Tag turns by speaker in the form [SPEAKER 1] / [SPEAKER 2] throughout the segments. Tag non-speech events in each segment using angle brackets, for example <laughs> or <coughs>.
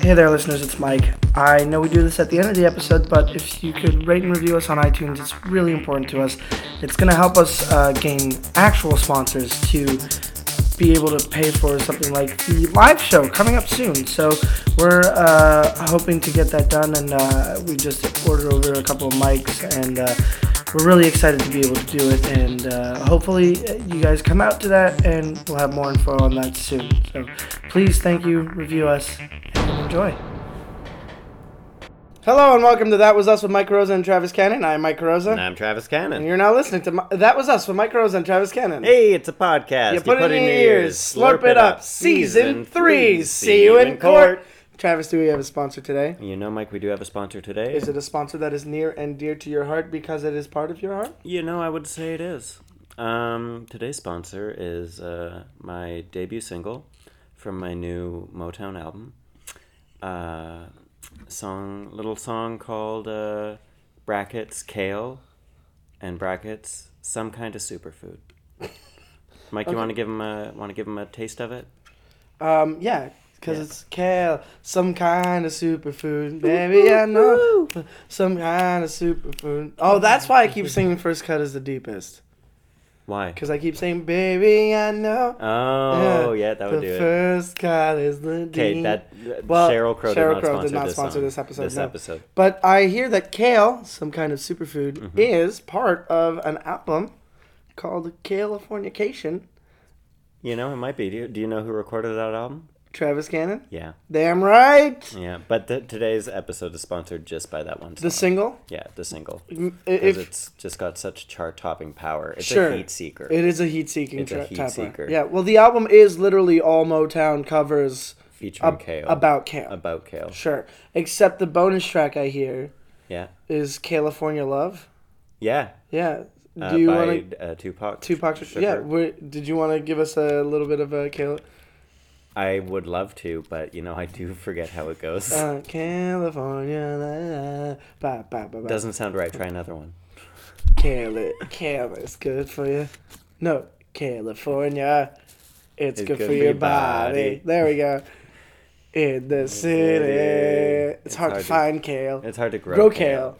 [SPEAKER 1] Hey there, listeners, it's Mike. I know we do this at the end of the episode, but if you could rate and review us on iTunes, it's really important to us. It's going to help us uh, gain actual sponsors to be able to pay for something like the live show coming up soon. So we're uh, hoping to get that done, and uh, we just ordered over a couple of mics, and uh, we're really excited to be able to do it. And uh, hopefully, uh, you guys come out to that, and we'll have more info on that soon. So please, thank you, review us, and enjoy. Hello and welcome to That Was Us with Mike Rosa and Travis Cannon. I'm Mike Rosa.
[SPEAKER 2] And I'm Travis Cannon.
[SPEAKER 1] And you're now listening to Mi- That Was Us with Mike Rosa and Travis Cannon.
[SPEAKER 2] hey, it's a podcast.
[SPEAKER 1] You put, it in your ears, slurp it up. Season three. See you in court. Travis, do we have a sponsor today?
[SPEAKER 2] You know, Mike, we do have a sponsor today.
[SPEAKER 1] Is it a sponsor that is near and dear to your heart because it is part of your heart?
[SPEAKER 2] You know, I would say it is. Um, today's sponsor is uh, my debut single from my new Motown album. Uh, song, little song called uh, brackets kale and brackets some kind of superfood. Mike, you want to give him a want to give him a taste of it?
[SPEAKER 1] Um, yeah, because
[SPEAKER 2] Yeah.
[SPEAKER 1] it's kale, some kind of superfood. Baby, I know some kind of superfood. Oh, that's why I
[SPEAKER 2] <laughs>
[SPEAKER 1] keep singing "First Cut is the Deepest"
[SPEAKER 2] Why?
[SPEAKER 1] because I keep saying "Baby, I know."
[SPEAKER 2] Oh, yeah, that would
[SPEAKER 1] the
[SPEAKER 2] do it.
[SPEAKER 1] First cut is the
[SPEAKER 2] Okay,
[SPEAKER 1] deep-
[SPEAKER 2] that
[SPEAKER 1] Well,
[SPEAKER 2] Cheryl Crow
[SPEAKER 1] Sheryl Crow
[SPEAKER 2] did not sponsor,
[SPEAKER 1] did not
[SPEAKER 2] this,
[SPEAKER 1] sponsor
[SPEAKER 2] song,
[SPEAKER 1] this episode,
[SPEAKER 2] This
[SPEAKER 1] no.
[SPEAKER 2] episode.
[SPEAKER 1] But I hear that kale, some kind of superfood,
[SPEAKER 2] Mm-hmm.
[SPEAKER 1] is part of an album called Californication.
[SPEAKER 2] You know, it might be. Do you, do you know who recorded that album?
[SPEAKER 1] Travis Cannon.
[SPEAKER 2] Yeah,
[SPEAKER 1] Damn right.
[SPEAKER 2] yeah. But the, today's episode is sponsored just by that one song.
[SPEAKER 1] The single.
[SPEAKER 2] yeah, the single.
[SPEAKER 1] m-
[SPEAKER 2] Because
[SPEAKER 1] If
[SPEAKER 2] it's just got such chart-topping power. It's
[SPEAKER 1] Sure.
[SPEAKER 2] a heat seeker.
[SPEAKER 1] it is a heat seeking
[SPEAKER 2] It's a heat seeker.
[SPEAKER 1] Yeah. Well, the album is literally all Motown covers
[SPEAKER 2] featuring
[SPEAKER 1] ab-
[SPEAKER 2] Kale.
[SPEAKER 1] about kale.
[SPEAKER 2] About Kale.
[SPEAKER 1] Sure. Except the bonus track I hear
[SPEAKER 2] Yeah.
[SPEAKER 1] is California Love.
[SPEAKER 2] Yeah.
[SPEAKER 1] Yeah. Do
[SPEAKER 2] Uh,
[SPEAKER 1] you
[SPEAKER 2] by
[SPEAKER 1] want to?
[SPEAKER 2] uh, Tupac.
[SPEAKER 1] Tupac.
[SPEAKER 2] Shakur.
[SPEAKER 1] Yeah. we did you want to give us a little bit of a Kale?
[SPEAKER 2] I would love to, but, you know, I do forget how it goes.
[SPEAKER 1] Uh, California, la, la, ba, ba, ba, ba.
[SPEAKER 2] Doesn't sound right. Try another one.
[SPEAKER 1] Cal- Cal is good for you. No, California, it's, good, for your body.
[SPEAKER 2] body.
[SPEAKER 1] There we go. In the city, it's,
[SPEAKER 2] It's
[SPEAKER 1] hard,
[SPEAKER 2] hard
[SPEAKER 1] to
[SPEAKER 2] to-
[SPEAKER 1] find kale.
[SPEAKER 2] It's hard to grow,
[SPEAKER 1] Grow kale,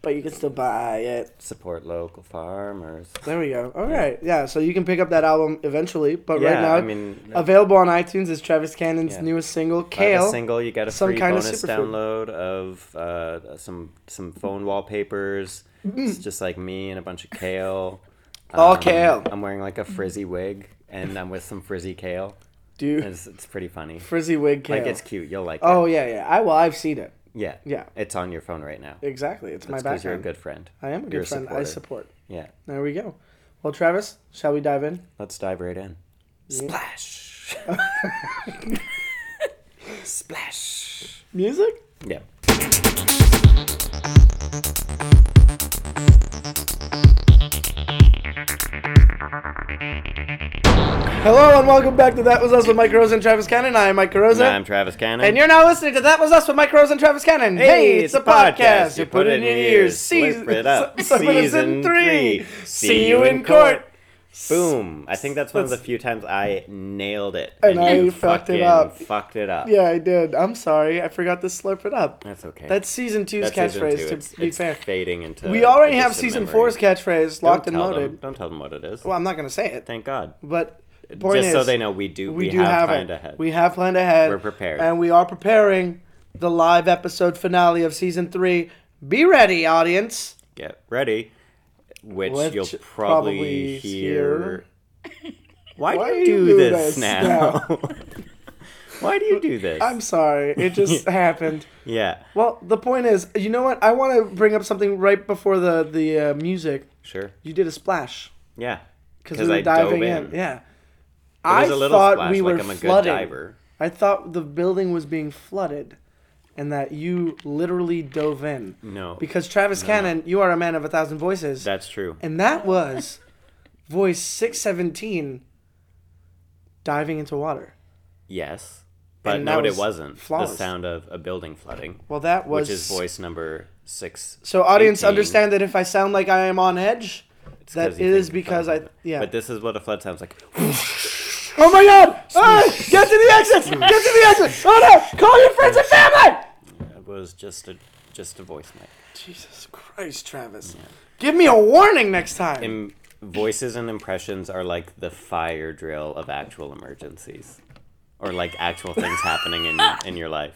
[SPEAKER 1] but you can still buy it.
[SPEAKER 2] Support local farmers.
[SPEAKER 1] There we go. All right, yeah. So you can pick up that album eventually, but
[SPEAKER 2] yeah,
[SPEAKER 1] right now,
[SPEAKER 2] I mean,
[SPEAKER 1] available on iTunes is Travis Cannon's
[SPEAKER 2] Yeah.
[SPEAKER 1] newest single,
[SPEAKER 2] Kale,
[SPEAKER 1] Kale.
[SPEAKER 2] a single. You got a
[SPEAKER 1] some
[SPEAKER 2] free
[SPEAKER 1] kind of
[SPEAKER 2] bonus
[SPEAKER 1] superfood.
[SPEAKER 2] download of uh, some some phone wallpapers. It's just like me and a bunch of kale.
[SPEAKER 1] Mm. <laughs>
[SPEAKER 2] Um,
[SPEAKER 1] All kale.
[SPEAKER 2] I'm wearing like a frizzy wig, and I'm with some frizzy kale.
[SPEAKER 1] Dude,
[SPEAKER 2] It's, it's pretty funny.
[SPEAKER 1] frizzy wig kale.
[SPEAKER 2] Like it's cute. You'll like
[SPEAKER 1] oh
[SPEAKER 2] it.
[SPEAKER 1] yeah, yeah. I well, I've seen it.
[SPEAKER 2] Yeah.
[SPEAKER 1] Yeah.
[SPEAKER 2] It's on your phone right now.
[SPEAKER 1] Exactly. It's my
[SPEAKER 2] Because
[SPEAKER 1] background.
[SPEAKER 2] you're a good friend.
[SPEAKER 1] I am a
[SPEAKER 2] You're
[SPEAKER 1] good friend. I support.
[SPEAKER 2] supporter. Yeah.
[SPEAKER 1] There we go. Well, Travis, shall we dive in?
[SPEAKER 2] Let's dive right in.
[SPEAKER 1] <laughs>
[SPEAKER 2] Splash. Splash.
[SPEAKER 1] Music?
[SPEAKER 2] Yeah.
[SPEAKER 1] Hello and welcome back to That Was Us with Mike Rosa and Travis Cannon. I am Mike Rosa.
[SPEAKER 2] I'm Travis Cannon.
[SPEAKER 1] and you're now listening to That Was Us with Mike Rosa and Travis Cannon. Hey, it's, a podcast. You put it in your ears.
[SPEAKER 2] Season,
[SPEAKER 1] <laughs>
[SPEAKER 2] <laughs> it up.
[SPEAKER 1] so- so it is in
[SPEAKER 2] Season three.
[SPEAKER 1] See you in court.
[SPEAKER 2] Boom! I think that's one of the few times I nailed it,
[SPEAKER 1] And I
[SPEAKER 2] you
[SPEAKER 1] fucked it
[SPEAKER 2] fucking
[SPEAKER 1] up.
[SPEAKER 2] Fucked it up.
[SPEAKER 1] Yeah, I did. I'm sorry. I forgot to slurp it up.
[SPEAKER 2] that's okay.
[SPEAKER 1] That's season two's
[SPEAKER 2] That's season two.
[SPEAKER 1] catchphrase,
[SPEAKER 2] It's-
[SPEAKER 1] to be
[SPEAKER 2] it's
[SPEAKER 1] fair.
[SPEAKER 2] fading into.
[SPEAKER 1] We already
[SPEAKER 2] into
[SPEAKER 1] have
[SPEAKER 2] some
[SPEAKER 1] season
[SPEAKER 2] memory.
[SPEAKER 1] four's catchphrase,
[SPEAKER 2] Don't
[SPEAKER 1] locked and
[SPEAKER 2] tell them-
[SPEAKER 1] loaded.
[SPEAKER 2] Don't tell them what it is.
[SPEAKER 1] Well, I'm not going to say it,
[SPEAKER 2] Thank God.
[SPEAKER 1] but point
[SPEAKER 2] Just so
[SPEAKER 1] is-
[SPEAKER 2] they know, we do.
[SPEAKER 1] we,
[SPEAKER 2] We,
[SPEAKER 1] do
[SPEAKER 2] have,
[SPEAKER 1] have,
[SPEAKER 2] planned
[SPEAKER 1] it.
[SPEAKER 2] ahead.
[SPEAKER 1] We have planned ahead.
[SPEAKER 2] We're prepared.
[SPEAKER 1] and we are preparing the live episode finale of season three. Be ready, audience.
[SPEAKER 2] get ready, which,
[SPEAKER 1] Which
[SPEAKER 2] you'll probably,
[SPEAKER 1] probably
[SPEAKER 2] hear. Why,
[SPEAKER 1] Why
[SPEAKER 2] do you do, this, now?
[SPEAKER 1] now?
[SPEAKER 2] <laughs> Why do you do this?
[SPEAKER 1] I'm sorry, it
[SPEAKER 2] <laughs>
[SPEAKER 1] just happened.
[SPEAKER 2] yeah,
[SPEAKER 1] Well, the point is, you know what? I want to bring up something right before the the uh, music.
[SPEAKER 2] sure.
[SPEAKER 1] You did a splash
[SPEAKER 2] Yeah,
[SPEAKER 1] because we were diving in. Yeah, I
[SPEAKER 2] It was a little
[SPEAKER 1] thought
[SPEAKER 2] splash,
[SPEAKER 1] we were
[SPEAKER 2] like I'm a good
[SPEAKER 1] flooded.
[SPEAKER 2] diver.
[SPEAKER 1] I thought the building was being flooded, and that you literally dove in.
[SPEAKER 2] Mm. No,
[SPEAKER 1] Because Travis Cannon, you are a man of a thousand voices.
[SPEAKER 2] that's true.
[SPEAKER 1] And that was voice 617 diving into water.
[SPEAKER 2] Yes, but
[SPEAKER 1] And
[SPEAKER 2] no,
[SPEAKER 1] that
[SPEAKER 2] it
[SPEAKER 1] was
[SPEAKER 2] wasn't
[SPEAKER 1] flawless.
[SPEAKER 2] the sound of a building flooding,
[SPEAKER 1] Well, that was.
[SPEAKER 2] which is voice number six.
[SPEAKER 1] So, audience,
[SPEAKER 2] 18.
[SPEAKER 1] understand that if I sound like I am on edge,
[SPEAKER 2] It's
[SPEAKER 1] that
[SPEAKER 2] 'cause
[SPEAKER 1] it
[SPEAKER 2] you
[SPEAKER 1] is
[SPEAKER 2] think
[SPEAKER 1] because I.
[SPEAKER 2] flood.
[SPEAKER 1] Yeah.
[SPEAKER 2] But this is what a flood sounds like.
[SPEAKER 1] oh my god! Ah! Get to the exits! Get to the exits! Oh no! Call your friends and
[SPEAKER 2] was just a just a voice mic.
[SPEAKER 1] Jesus Christ, Travis. Give me a warning next time.
[SPEAKER 2] Im- voices and impressions are like the fire drill of actual emergencies, or like actual things happening in in your life.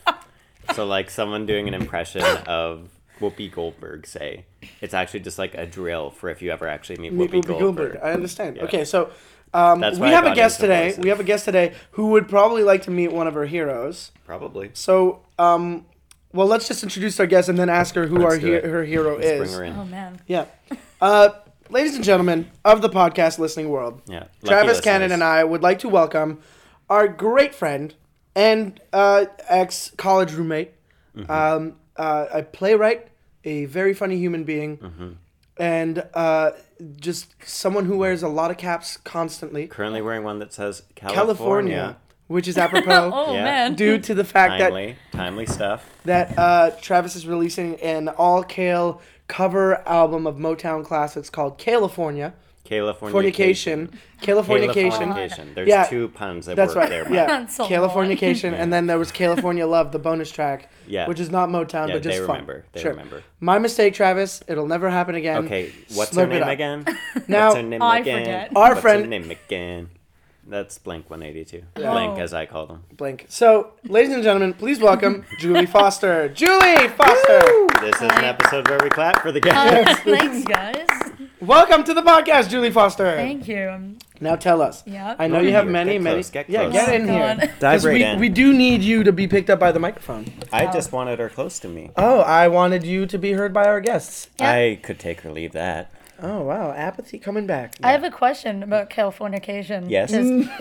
[SPEAKER 2] So like someone doing an impression of Whoopi Goldberg, say, it's actually just like a drill for if you ever actually meet
[SPEAKER 1] Meet
[SPEAKER 2] Whoopi,
[SPEAKER 1] Whoopi
[SPEAKER 2] Goldberg.
[SPEAKER 1] Goldberg. I understand. Okay, so um,
[SPEAKER 2] That's
[SPEAKER 1] we
[SPEAKER 2] why I
[SPEAKER 1] have a
[SPEAKER 2] got
[SPEAKER 1] guest
[SPEAKER 2] into
[SPEAKER 1] today.
[SPEAKER 2] voices.
[SPEAKER 1] We have a guest today who would probably like to meet one of her heroes.
[SPEAKER 2] Probably.
[SPEAKER 1] So, um, well, let's just introduce our guest and then ask her who our
[SPEAKER 2] do
[SPEAKER 1] he-
[SPEAKER 2] it.
[SPEAKER 1] her hero
[SPEAKER 2] Let's
[SPEAKER 1] is.
[SPEAKER 2] bring her in.
[SPEAKER 3] Oh man.
[SPEAKER 1] Yeah. Uh, ladies and gentlemen of the podcast listening world,
[SPEAKER 2] Yeah, lucky
[SPEAKER 1] Travis Cannon
[SPEAKER 2] listeners.
[SPEAKER 1] and I would like to welcome our great friend and uh, ex college roommate,
[SPEAKER 2] Mm-hmm.
[SPEAKER 1] um, uh, a playwright, a very funny human being,
[SPEAKER 2] Mm-hmm.
[SPEAKER 1] and uh, just someone who wears a lot of caps constantly.
[SPEAKER 2] Currently wearing one that says
[SPEAKER 1] California,
[SPEAKER 2] California.
[SPEAKER 1] which is apropos
[SPEAKER 3] <laughs> Oh
[SPEAKER 2] Yeah.
[SPEAKER 3] man.
[SPEAKER 1] due to the fact that
[SPEAKER 2] Timely, timely stuff.
[SPEAKER 1] that uh, Travis is releasing an all kale cover album of Motown classics called California.
[SPEAKER 2] California.
[SPEAKER 1] Fornication. Californication.
[SPEAKER 2] Californication. There's
[SPEAKER 1] Yeah.
[SPEAKER 2] two puns that
[SPEAKER 1] That's
[SPEAKER 2] work
[SPEAKER 1] right.
[SPEAKER 2] there. Mike.
[SPEAKER 1] Yeah.
[SPEAKER 3] That's a lot.
[SPEAKER 1] Californication. And then there was California Love, the bonus track.
[SPEAKER 2] Yeah.
[SPEAKER 1] Which is not Motown,
[SPEAKER 2] Yeah,
[SPEAKER 1] but just
[SPEAKER 2] they
[SPEAKER 1] fun.
[SPEAKER 2] remember. They remember.
[SPEAKER 1] My mistake, Travis. It'll never happen again.
[SPEAKER 2] Okay, what's
[SPEAKER 1] Slurp
[SPEAKER 2] her
[SPEAKER 1] it
[SPEAKER 2] name
[SPEAKER 1] up. <laughs>
[SPEAKER 2] again?
[SPEAKER 1] Now-
[SPEAKER 2] what's her name
[SPEAKER 3] I
[SPEAKER 2] again?
[SPEAKER 3] forget.
[SPEAKER 1] Our
[SPEAKER 2] what's
[SPEAKER 1] friend-
[SPEAKER 2] her name again? That's blank 182.
[SPEAKER 3] Yeah.
[SPEAKER 2] Blank,
[SPEAKER 3] Oh.
[SPEAKER 2] as I call them.
[SPEAKER 1] Blink. So, ladies and gentlemen, please
[SPEAKER 2] <laughs>
[SPEAKER 1] welcome Julie Foster. Julie Foster.
[SPEAKER 2] This is an episode where we clap for the <laughs> guest.
[SPEAKER 3] Uh, Thanks guys.
[SPEAKER 1] Welcome to the podcast, Julie Foster.
[SPEAKER 3] Thank you.
[SPEAKER 1] Now tell us.
[SPEAKER 3] Yeah.
[SPEAKER 1] I know
[SPEAKER 2] Get
[SPEAKER 1] you have
[SPEAKER 2] here.
[SPEAKER 1] many,
[SPEAKER 2] Get
[SPEAKER 1] many.
[SPEAKER 2] close, get
[SPEAKER 1] yeah,
[SPEAKER 2] close.
[SPEAKER 1] get in
[SPEAKER 3] Oh,
[SPEAKER 1] here. <laughs>
[SPEAKER 3] God.
[SPEAKER 1] 'Cause
[SPEAKER 2] Dive right
[SPEAKER 1] we,
[SPEAKER 2] in.
[SPEAKER 1] we do need you to be picked up by the microphone.
[SPEAKER 2] I just wanted her close to me.
[SPEAKER 1] Oh, I wanted you to be heard by our guests.
[SPEAKER 3] Yeah.
[SPEAKER 2] I could take or leave that.
[SPEAKER 1] Oh wow, apathy coming back.
[SPEAKER 3] I have a question about Californication.
[SPEAKER 2] Yes.
[SPEAKER 3] Just-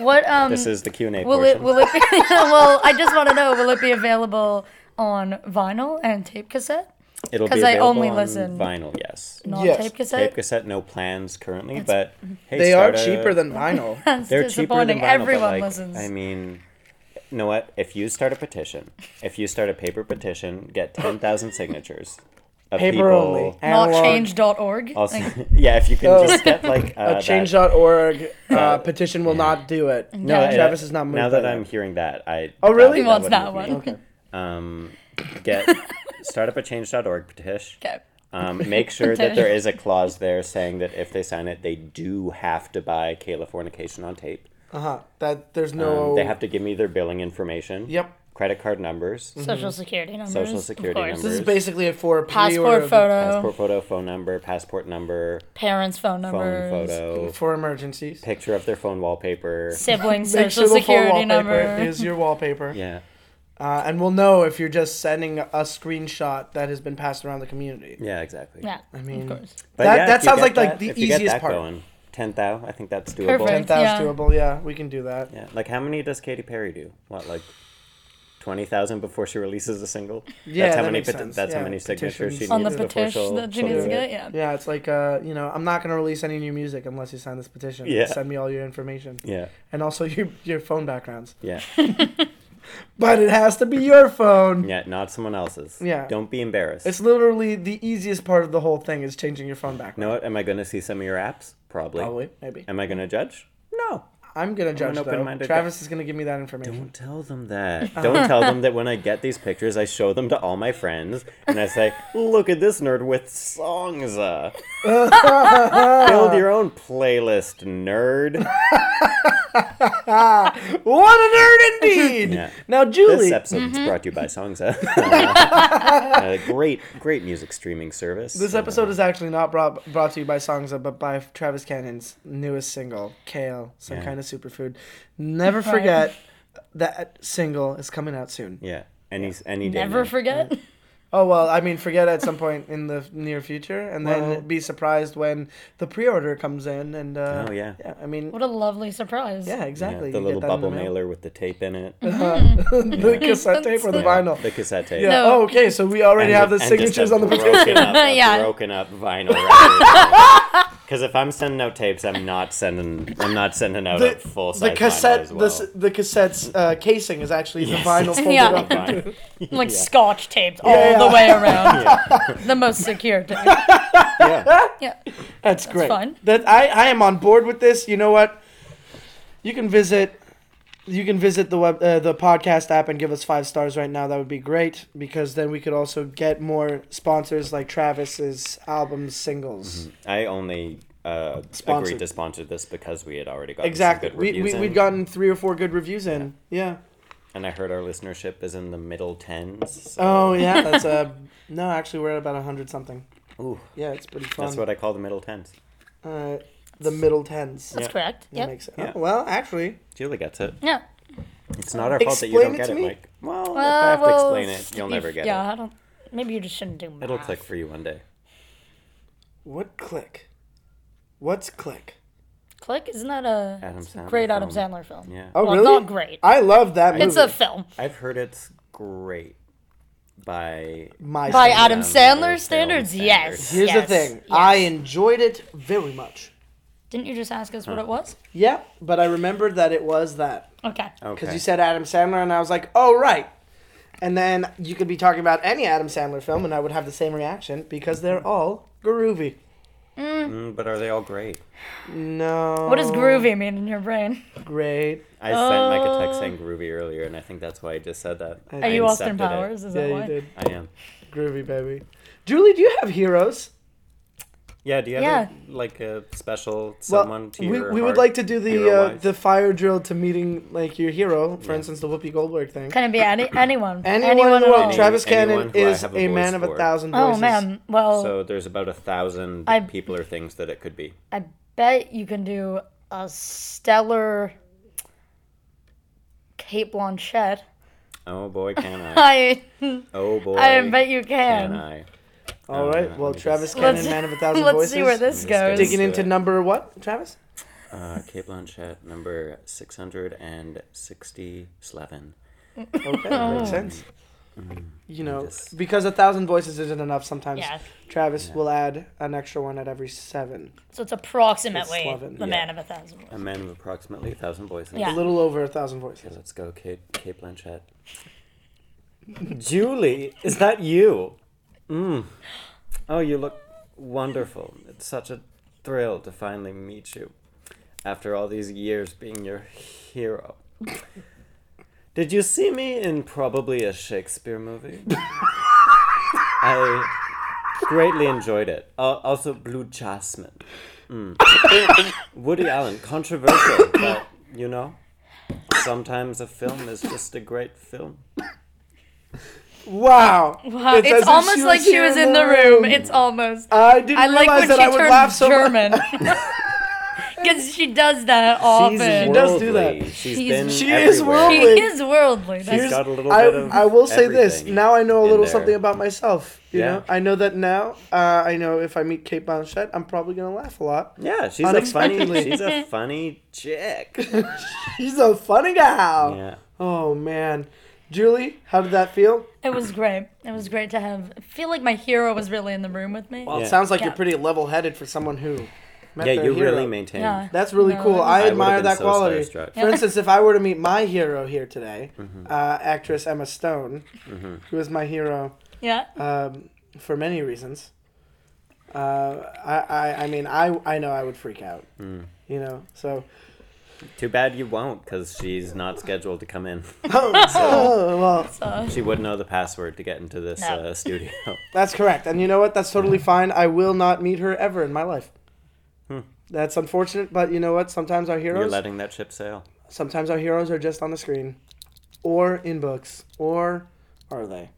[SPEAKER 2] <laughs>
[SPEAKER 3] what um
[SPEAKER 2] This is the Q&A
[SPEAKER 3] will
[SPEAKER 2] portion.
[SPEAKER 3] it will it be <laughs> well, I just want to know will it be available on vinyl and tape cassette?
[SPEAKER 2] It'll be
[SPEAKER 3] 'cause I
[SPEAKER 2] available
[SPEAKER 3] only
[SPEAKER 2] on
[SPEAKER 3] listen-
[SPEAKER 2] vinyl, yes.
[SPEAKER 3] Not
[SPEAKER 1] Yes.
[SPEAKER 3] tape cassette.
[SPEAKER 2] Tape cassette, no plans currently, but hey,
[SPEAKER 1] They are
[SPEAKER 2] start a-
[SPEAKER 1] cheaper <laughs> than vinyl.
[SPEAKER 3] That's
[SPEAKER 2] They're cheaper
[SPEAKER 3] disappointing.
[SPEAKER 2] than vinyl, but,
[SPEAKER 3] Everyone
[SPEAKER 2] like,
[SPEAKER 3] listens.
[SPEAKER 2] I mean, you know what? If you start a petition, if you start a paper petition, get ten thousand signatures of
[SPEAKER 1] Paper
[SPEAKER 2] people.
[SPEAKER 1] only.
[SPEAKER 3] not
[SPEAKER 1] analog-
[SPEAKER 3] change.org.
[SPEAKER 2] Also,
[SPEAKER 3] Like,
[SPEAKER 2] <laughs> yeah, if you can
[SPEAKER 1] Oh.
[SPEAKER 2] just get
[SPEAKER 1] <laughs>
[SPEAKER 2] like uh,
[SPEAKER 1] A
[SPEAKER 2] that-
[SPEAKER 1] change.org uh, petition will not do it.
[SPEAKER 3] No,
[SPEAKER 2] uh,
[SPEAKER 1] Travis is not moved.
[SPEAKER 2] Now
[SPEAKER 1] by
[SPEAKER 2] that I'm hearing that, I
[SPEAKER 1] Oh, really?
[SPEAKER 3] He wants
[SPEAKER 2] wouldn't
[SPEAKER 3] that
[SPEAKER 2] move
[SPEAKER 3] one.
[SPEAKER 2] me.
[SPEAKER 1] Okay.
[SPEAKER 2] Um, get start up a change.org petition.
[SPEAKER 3] okay.
[SPEAKER 1] Mm-hmm.
[SPEAKER 2] Um, make sure that there is a clause there saying that if they sign it, they do have to buy Californication on tape.
[SPEAKER 1] Uh huh. That there's
[SPEAKER 2] Um,
[SPEAKER 1] no.
[SPEAKER 2] They have to give me their billing information.
[SPEAKER 1] Yep.
[SPEAKER 2] Credit card numbers.
[SPEAKER 1] Mm-hmm.
[SPEAKER 3] Social security numbers.
[SPEAKER 2] Social
[SPEAKER 3] of
[SPEAKER 2] security
[SPEAKER 3] course.
[SPEAKER 2] numbers.
[SPEAKER 1] This is basically a for a pre-order
[SPEAKER 3] Passport photo,
[SPEAKER 2] passport photo, phone number, passport number,
[SPEAKER 3] parents' phone numbers,
[SPEAKER 2] phone photo,
[SPEAKER 1] for emergencies.
[SPEAKER 2] picture of their phone wallpaper.
[SPEAKER 3] siblings'
[SPEAKER 1] Make
[SPEAKER 3] social
[SPEAKER 1] sure the full
[SPEAKER 3] security
[SPEAKER 1] wallpaper
[SPEAKER 3] number.
[SPEAKER 1] is your wallpaper,
[SPEAKER 2] Yeah,
[SPEAKER 1] uh, and we'll know if you're just sending a screenshot that has been passed around the community.
[SPEAKER 2] yeah, exactly.
[SPEAKER 3] Yeah,
[SPEAKER 1] I mean,
[SPEAKER 3] of course.
[SPEAKER 2] But
[SPEAKER 1] That-
[SPEAKER 2] yeah,
[SPEAKER 1] that
[SPEAKER 2] if you
[SPEAKER 1] sounds
[SPEAKER 2] get
[SPEAKER 1] like- like the
[SPEAKER 2] if you get
[SPEAKER 1] easiest
[SPEAKER 2] that
[SPEAKER 1] part.
[SPEAKER 2] Going, Ten thou, I think that's doable.
[SPEAKER 3] Perfect.
[SPEAKER 1] ten thousand
[SPEAKER 3] Yeah.
[SPEAKER 1] doable. Yeah, we can do that.
[SPEAKER 2] Yeah, like how many does Katy Perry do? What like twenty thousand before she releases a single?
[SPEAKER 1] Yeah,
[SPEAKER 2] that's how
[SPEAKER 1] that
[SPEAKER 2] many.
[SPEAKER 1] makes sense.
[SPEAKER 2] That's
[SPEAKER 1] Yeah,
[SPEAKER 2] how many signatures she
[SPEAKER 1] petitions.
[SPEAKER 2] needs
[SPEAKER 3] on the
[SPEAKER 2] before
[SPEAKER 3] petition
[SPEAKER 2] she'll-
[SPEAKER 3] that she
[SPEAKER 2] she'll
[SPEAKER 3] needs
[SPEAKER 2] do
[SPEAKER 3] to
[SPEAKER 2] it.
[SPEAKER 3] get. Yeah.
[SPEAKER 1] Yeah, it's like uh, you know, I'm not gonna release any new music unless you sign this petition.
[SPEAKER 2] Yeah.
[SPEAKER 1] Send me all your information.
[SPEAKER 2] Yeah,
[SPEAKER 1] And also <laughs> your your phone backgrounds.
[SPEAKER 2] yeah,
[SPEAKER 3] <laughs>
[SPEAKER 1] But it has to be your phone.
[SPEAKER 2] yeah. Not someone else's.
[SPEAKER 1] Yeah.
[SPEAKER 2] Don't be embarrassed.
[SPEAKER 1] It's literally the easiest part of the whole thing is changing your phone background.
[SPEAKER 2] You know what? Am I going to see some of your apps? Probably.
[SPEAKER 1] Probably, maybe.
[SPEAKER 2] Am I going to judge? No.
[SPEAKER 1] I'm gonna judge though.
[SPEAKER 2] open-minded
[SPEAKER 1] Travis is gonna give me that information.
[SPEAKER 2] Don't tell
[SPEAKER 1] <laughs>
[SPEAKER 2] them that. Don't tell them that when I get these pictures, I show them to all my friends and I say, "Look at this nerd with songs." <laughs> uh." Build your own playlist, nerd.
[SPEAKER 1] What a nerd indeed!
[SPEAKER 2] Yeah.
[SPEAKER 1] Now Julie
[SPEAKER 2] This episode
[SPEAKER 1] Mm-hmm.
[SPEAKER 2] is brought to you by <laughs>
[SPEAKER 1] <laughs>
[SPEAKER 2] Songza, a great, great music streaming service. Uh,
[SPEAKER 1] This episode is actually not brought brought to you by Songza, but by Travis Cannon's newest single, Kale, some
[SPEAKER 2] Yeah.
[SPEAKER 1] kind of superfood. Never forget that single is coming out soon.
[SPEAKER 2] yeah, any any day.
[SPEAKER 3] Never
[SPEAKER 2] now.
[SPEAKER 3] forget.
[SPEAKER 1] Oh well, I mean, forget at some point in the near future, and
[SPEAKER 2] Well-
[SPEAKER 1] then be surprised when the pre-order comes in. And uh,
[SPEAKER 2] Oh, yeah.
[SPEAKER 1] yeah. I mean,
[SPEAKER 3] What a lovely surprise.
[SPEAKER 1] yeah,
[SPEAKER 2] Yeah,
[SPEAKER 1] exactly.
[SPEAKER 2] the
[SPEAKER 1] You
[SPEAKER 2] little
[SPEAKER 1] get that in the
[SPEAKER 2] bubble
[SPEAKER 1] mail. <laughs>
[SPEAKER 2] mailer with the tape in it.
[SPEAKER 1] the cassette tape or the
[SPEAKER 2] Yeah,
[SPEAKER 1] vinyl.
[SPEAKER 2] The cassette tape.
[SPEAKER 1] Yeah.
[SPEAKER 3] No.
[SPEAKER 1] Oh, okay. So we already have the signatures on the <laughs>
[SPEAKER 2] petition. Broken
[SPEAKER 3] <laughs>
[SPEAKER 2] up, a
[SPEAKER 3] Yeah.
[SPEAKER 2] broken up vinyl.
[SPEAKER 3] <laughs>
[SPEAKER 2] Because if I'm sending out tapes, I'm not sending. I'm not sending out a full size
[SPEAKER 1] the cassette,
[SPEAKER 2] Vinyl
[SPEAKER 1] the,
[SPEAKER 2] as
[SPEAKER 1] s-
[SPEAKER 2] well.
[SPEAKER 1] the cassette's uh, casing is actually
[SPEAKER 2] Yes,
[SPEAKER 1] the vinyl
[SPEAKER 3] <laughs>
[SPEAKER 2] it's
[SPEAKER 1] folded
[SPEAKER 3] Yeah.
[SPEAKER 1] up. <laughs>
[SPEAKER 2] Vinyl.
[SPEAKER 3] Like scotch taped all
[SPEAKER 1] Yeah,
[SPEAKER 3] the
[SPEAKER 1] yeah.
[SPEAKER 3] way
[SPEAKER 2] <laughs>
[SPEAKER 3] around. The most secure tape.
[SPEAKER 2] Yeah.
[SPEAKER 3] Yeah.
[SPEAKER 1] That's great.
[SPEAKER 3] fun.
[SPEAKER 1] That I, I am on board with this. You know what? You can visit you can visit the web uh, the podcast app and give us five stars right now. That would be great because then we could also get more sponsors like Travis's album singles.
[SPEAKER 2] I only uh,
[SPEAKER 1] Sponsored.
[SPEAKER 2] agreed to sponsor this because we had already gotten
[SPEAKER 1] Exactly.
[SPEAKER 2] some good
[SPEAKER 1] We,
[SPEAKER 2] reviews
[SPEAKER 1] we
[SPEAKER 2] in,
[SPEAKER 1] we'd gotten three or four good reviews in. Yeah.
[SPEAKER 2] and I heard our listenership is in the middle tens. So,
[SPEAKER 1] Oh yeah, that's uh <laughs> no. Actually, we're at about hundred something.
[SPEAKER 2] Ooh,
[SPEAKER 1] Yeah, it's pretty Uh, fun.
[SPEAKER 2] that's what I call the middle tens.
[SPEAKER 1] uh, the middle tens.
[SPEAKER 3] That's
[SPEAKER 2] Yeah.
[SPEAKER 3] correct.
[SPEAKER 1] That
[SPEAKER 3] Yep.
[SPEAKER 1] makes sense.
[SPEAKER 2] Yeah.
[SPEAKER 1] Oh, well, actually,
[SPEAKER 2] Julie gets it.
[SPEAKER 3] Yeah.
[SPEAKER 2] It's not our fault that you
[SPEAKER 1] Explain
[SPEAKER 2] don't
[SPEAKER 1] it
[SPEAKER 2] get
[SPEAKER 1] to
[SPEAKER 2] it,
[SPEAKER 1] me.
[SPEAKER 2] Mike. Well, if
[SPEAKER 3] Well,
[SPEAKER 2] I have to
[SPEAKER 3] Uh, well,
[SPEAKER 2] explain it, you'll
[SPEAKER 3] if-
[SPEAKER 2] never get
[SPEAKER 3] yeah,
[SPEAKER 2] it.
[SPEAKER 3] I don't. Maybe you just shouldn't do math.
[SPEAKER 2] It'll click for you one day.
[SPEAKER 1] what click? What's click?
[SPEAKER 3] Click? Isn't that a
[SPEAKER 2] Adam
[SPEAKER 3] it's a
[SPEAKER 2] Sandler
[SPEAKER 3] great Adam
[SPEAKER 2] film.
[SPEAKER 3] Sandler film?
[SPEAKER 2] Yeah.
[SPEAKER 1] Oh
[SPEAKER 3] Well,
[SPEAKER 1] really?
[SPEAKER 3] not great.
[SPEAKER 1] I love that movie.
[SPEAKER 3] It's a film
[SPEAKER 2] I've heard it's great by
[SPEAKER 1] My
[SPEAKER 3] by
[SPEAKER 1] favorite.
[SPEAKER 2] Adam
[SPEAKER 3] Adam Sandler
[SPEAKER 2] Sandler
[SPEAKER 3] standards.
[SPEAKER 2] standards.
[SPEAKER 3] Yes.
[SPEAKER 1] Here's the
[SPEAKER 3] yes,
[SPEAKER 1] thing.
[SPEAKER 3] yes.
[SPEAKER 1] I enjoyed it very much.
[SPEAKER 3] didn't you just ask us what it was?
[SPEAKER 1] Yeah, but I remembered that it was that
[SPEAKER 3] Okay.
[SPEAKER 2] okay.
[SPEAKER 1] because you said Adam Sandler, and I was like, oh right. And then you could be talking about any Adam Sandler film, and I would have the same reaction because they're all groovy.
[SPEAKER 2] Mm, but are they all great?
[SPEAKER 1] No.
[SPEAKER 3] What
[SPEAKER 2] Oh.
[SPEAKER 3] does groovy mean in your brain?
[SPEAKER 1] Great.
[SPEAKER 2] I sent Mike a text saying groovy earlier, and I think that's why I just said that.
[SPEAKER 1] Oh. Are
[SPEAKER 2] I
[SPEAKER 3] Are you Austin
[SPEAKER 2] accepted it.
[SPEAKER 3] Powers? Is
[SPEAKER 1] Yeah,
[SPEAKER 3] that
[SPEAKER 1] you
[SPEAKER 3] why?
[SPEAKER 1] did.
[SPEAKER 2] I am.
[SPEAKER 1] Groovy, baby. Julie, do you have heroes?
[SPEAKER 2] Yeah. Do you have
[SPEAKER 3] Yeah.
[SPEAKER 2] a, like a special someone to
[SPEAKER 1] we,
[SPEAKER 2] your
[SPEAKER 1] we would
[SPEAKER 2] heart?
[SPEAKER 1] like to do the uh,
[SPEAKER 2] hero-wise?
[SPEAKER 1] the fire drill to meeting like your hero, for instance, the Whoopi Goldberg thing.
[SPEAKER 3] Can it be any anyone?
[SPEAKER 1] Anyone, in
[SPEAKER 3] anyone
[SPEAKER 1] the
[SPEAKER 3] at
[SPEAKER 1] world.
[SPEAKER 3] all?
[SPEAKER 1] Travis Cannon
[SPEAKER 2] anyone who I
[SPEAKER 1] is
[SPEAKER 2] have a
[SPEAKER 1] a
[SPEAKER 2] voice
[SPEAKER 1] man of a
[SPEAKER 2] for.
[SPEAKER 1] thousand
[SPEAKER 3] Oh
[SPEAKER 1] voices.
[SPEAKER 3] man. Well,
[SPEAKER 2] So there's about a thousand
[SPEAKER 3] I-
[SPEAKER 2] people or things that it could be.
[SPEAKER 3] I bet you can do a stellar Kate Blanchett.
[SPEAKER 2] Oh boy, can
[SPEAKER 1] <laughs>
[SPEAKER 2] I?
[SPEAKER 3] <laughs> I
[SPEAKER 2] Oh boy,
[SPEAKER 3] I bet you
[SPEAKER 2] can
[SPEAKER 3] can.
[SPEAKER 2] I?
[SPEAKER 1] All
[SPEAKER 2] Uh,
[SPEAKER 1] right.
[SPEAKER 2] let
[SPEAKER 1] Well,
[SPEAKER 2] me
[SPEAKER 1] Travis
[SPEAKER 2] just-
[SPEAKER 1] Cannon,
[SPEAKER 3] Let's-
[SPEAKER 1] man of a 1000
[SPEAKER 3] Let's
[SPEAKER 1] voices.
[SPEAKER 3] see where
[SPEAKER 2] Let's
[SPEAKER 3] this
[SPEAKER 2] get-
[SPEAKER 3] goes.
[SPEAKER 1] Digging into
[SPEAKER 2] Yeah.
[SPEAKER 1] number what, Travis?
[SPEAKER 2] Uh, Kate Blanchett, number six hundred and sixty-seven.
[SPEAKER 1] Okay,
[SPEAKER 3] Oh.
[SPEAKER 1] makes sense. You know,
[SPEAKER 2] Mm. Yes.
[SPEAKER 1] because a thousand voices isn't enough. Sometimes
[SPEAKER 3] Yeah.
[SPEAKER 1] Travis will add an extra one at every seven,
[SPEAKER 3] So it's approximately
[SPEAKER 1] It's 11,
[SPEAKER 3] the
[SPEAKER 2] yeah.
[SPEAKER 3] man of a thousand.
[SPEAKER 2] A man of approximately a thousand voices.
[SPEAKER 3] Yeah.
[SPEAKER 1] a little over a thousand voices.
[SPEAKER 2] Let's go, Kate. Kate Blanchett. Julie, is that you? Mm. Oh, you look wonderful. It's such a thrill to finally meet you after all these years being your hero. Did you see me in probably a Shakespeare movie? I greatly enjoyed it. Al also, Blue Jasmine. Mm. <coughs> Woody Allen, controversial, but you know, sometimes a film is just a great film.
[SPEAKER 1] Wow!
[SPEAKER 3] Wow, it's,
[SPEAKER 1] as if
[SPEAKER 3] almost like she
[SPEAKER 1] here
[SPEAKER 3] was in the room. It's almost.
[SPEAKER 1] I didn't
[SPEAKER 3] I like
[SPEAKER 1] realize
[SPEAKER 3] when
[SPEAKER 1] that
[SPEAKER 3] she
[SPEAKER 1] I would laugh
[SPEAKER 3] turns
[SPEAKER 1] so much.
[SPEAKER 3] German.
[SPEAKER 1] <laughs>
[SPEAKER 3] Because she does that often.
[SPEAKER 1] She does do
[SPEAKER 2] worldly.
[SPEAKER 1] that.
[SPEAKER 2] She's
[SPEAKER 3] She's-
[SPEAKER 2] been
[SPEAKER 1] She is
[SPEAKER 2] everywhere.
[SPEAKER 3] She
[SPEAKER 1] worldly.
[SPEAKER 3] is worldly. That's,
[SPEAKER 2] She's got a little
[SPEAKER 1] I,
[SPEAKER 2] bit of
[SPEAKER 1] I will say this.
[SPEAKER 2] everything
[SPEAKER 1] Now I know a
[SPEAKER 2] in
[SPEAKER 1] little
[SPEAKER 2] there.
[SPEAKER 1] something about myself. You
[SPEAKER 2] Yeah.
[SPEAKER 1] know, I know that now. Uh, I know if I meet Kate Blanchett, I'm probably gonna laugh a lot. <laughs>
[SPEAKER 2] Yeah, she's a funny.
[SPEAKER 1] Unexpectedly.
[SPEAKER 2] She's
[SPEAKER 3] <laughs>
[SPEAKER 2] a funny
[SPEAKER 1] <laughs>
[SPEAKER 2] chick.
[SPEAKER 1] She's a funny gal.
[SPEAKER 2] Yeah.
[SPEAKER 1] Oh man, Julie, how did that feel?
[SPEAKER 3] it was great. It was great to have. I feel like my hero was really in the room with me.
[SPEAKER 1] Well,
[SPEAKER 2] Yeah.
[SPEAKER 1] it sounds like
[SPEAKER 3] Yeah.
[SPEAKER 1] you're pretty level-headed for someone who. Met
[SPEAKER 2] Yeah,
[SPEAKER 1] their
[SPEAKER 2] you
[SPEAKER 1] hero.
[SPEAKER 2] really maintain.
[SPEAKER 3] yeah.
[SPEAKER 1] That's really
[SPEAKER 3] No,
[SPEAKER 1] cool.
[SPEAKER 3] I-
[SPEAKER 1] I,
[SPEAKER 2] would've
[SPEAKER 1] admire
[SPEAKER 2] been
[SPEAKER 1] that
[SPEAKER 2] so
[SPEAKER 1] quality.
[SPEAKER 2] starstruck. Mm-hmm.
[SPEAKER 1] For instance, if I were to meet my hero here today, uh, actress Emma Stone, who is my hero
[SPEAKER 3] yeah.
[SPEAKER 2] uh,
[SPEAKER 1] um, for many reasons, uh, I, I, I mean, I, I know I would freak out.
[SPEAKER 2] Hmm.
[SPEAKER 1] You know, so.
[SPEAKER 2] Too bad you won't, because she's not scheduled to
[SPEAKER 1] <laughs>
[SPEAKER 2] come in.
[SPEAKER 1] <laughs> Oh, so- oh, well,
[SPEAKER 2] She would know the password to get into this
[SPEAKER 3] No.
[SPEAKER 2] uh,
[SPEAKER 3] <laughs>
[SPEAKER 2] studio.
[SPEAKER 1] that's correct. And you know what? That's
[SPEAKER 2] <laughs>
[SPEAKER 1] totally fine. I will not meet her ever in my life. That's unfortunate, but you know what? Sometimes our
[SPEAKER 2] Hmm. You're
[SPEAKER 1] heroes,
[SPEAKER 2] letting that ship sail.
[SPEAKER 1] sometimes our heroes are just on the screen, or in books, or are they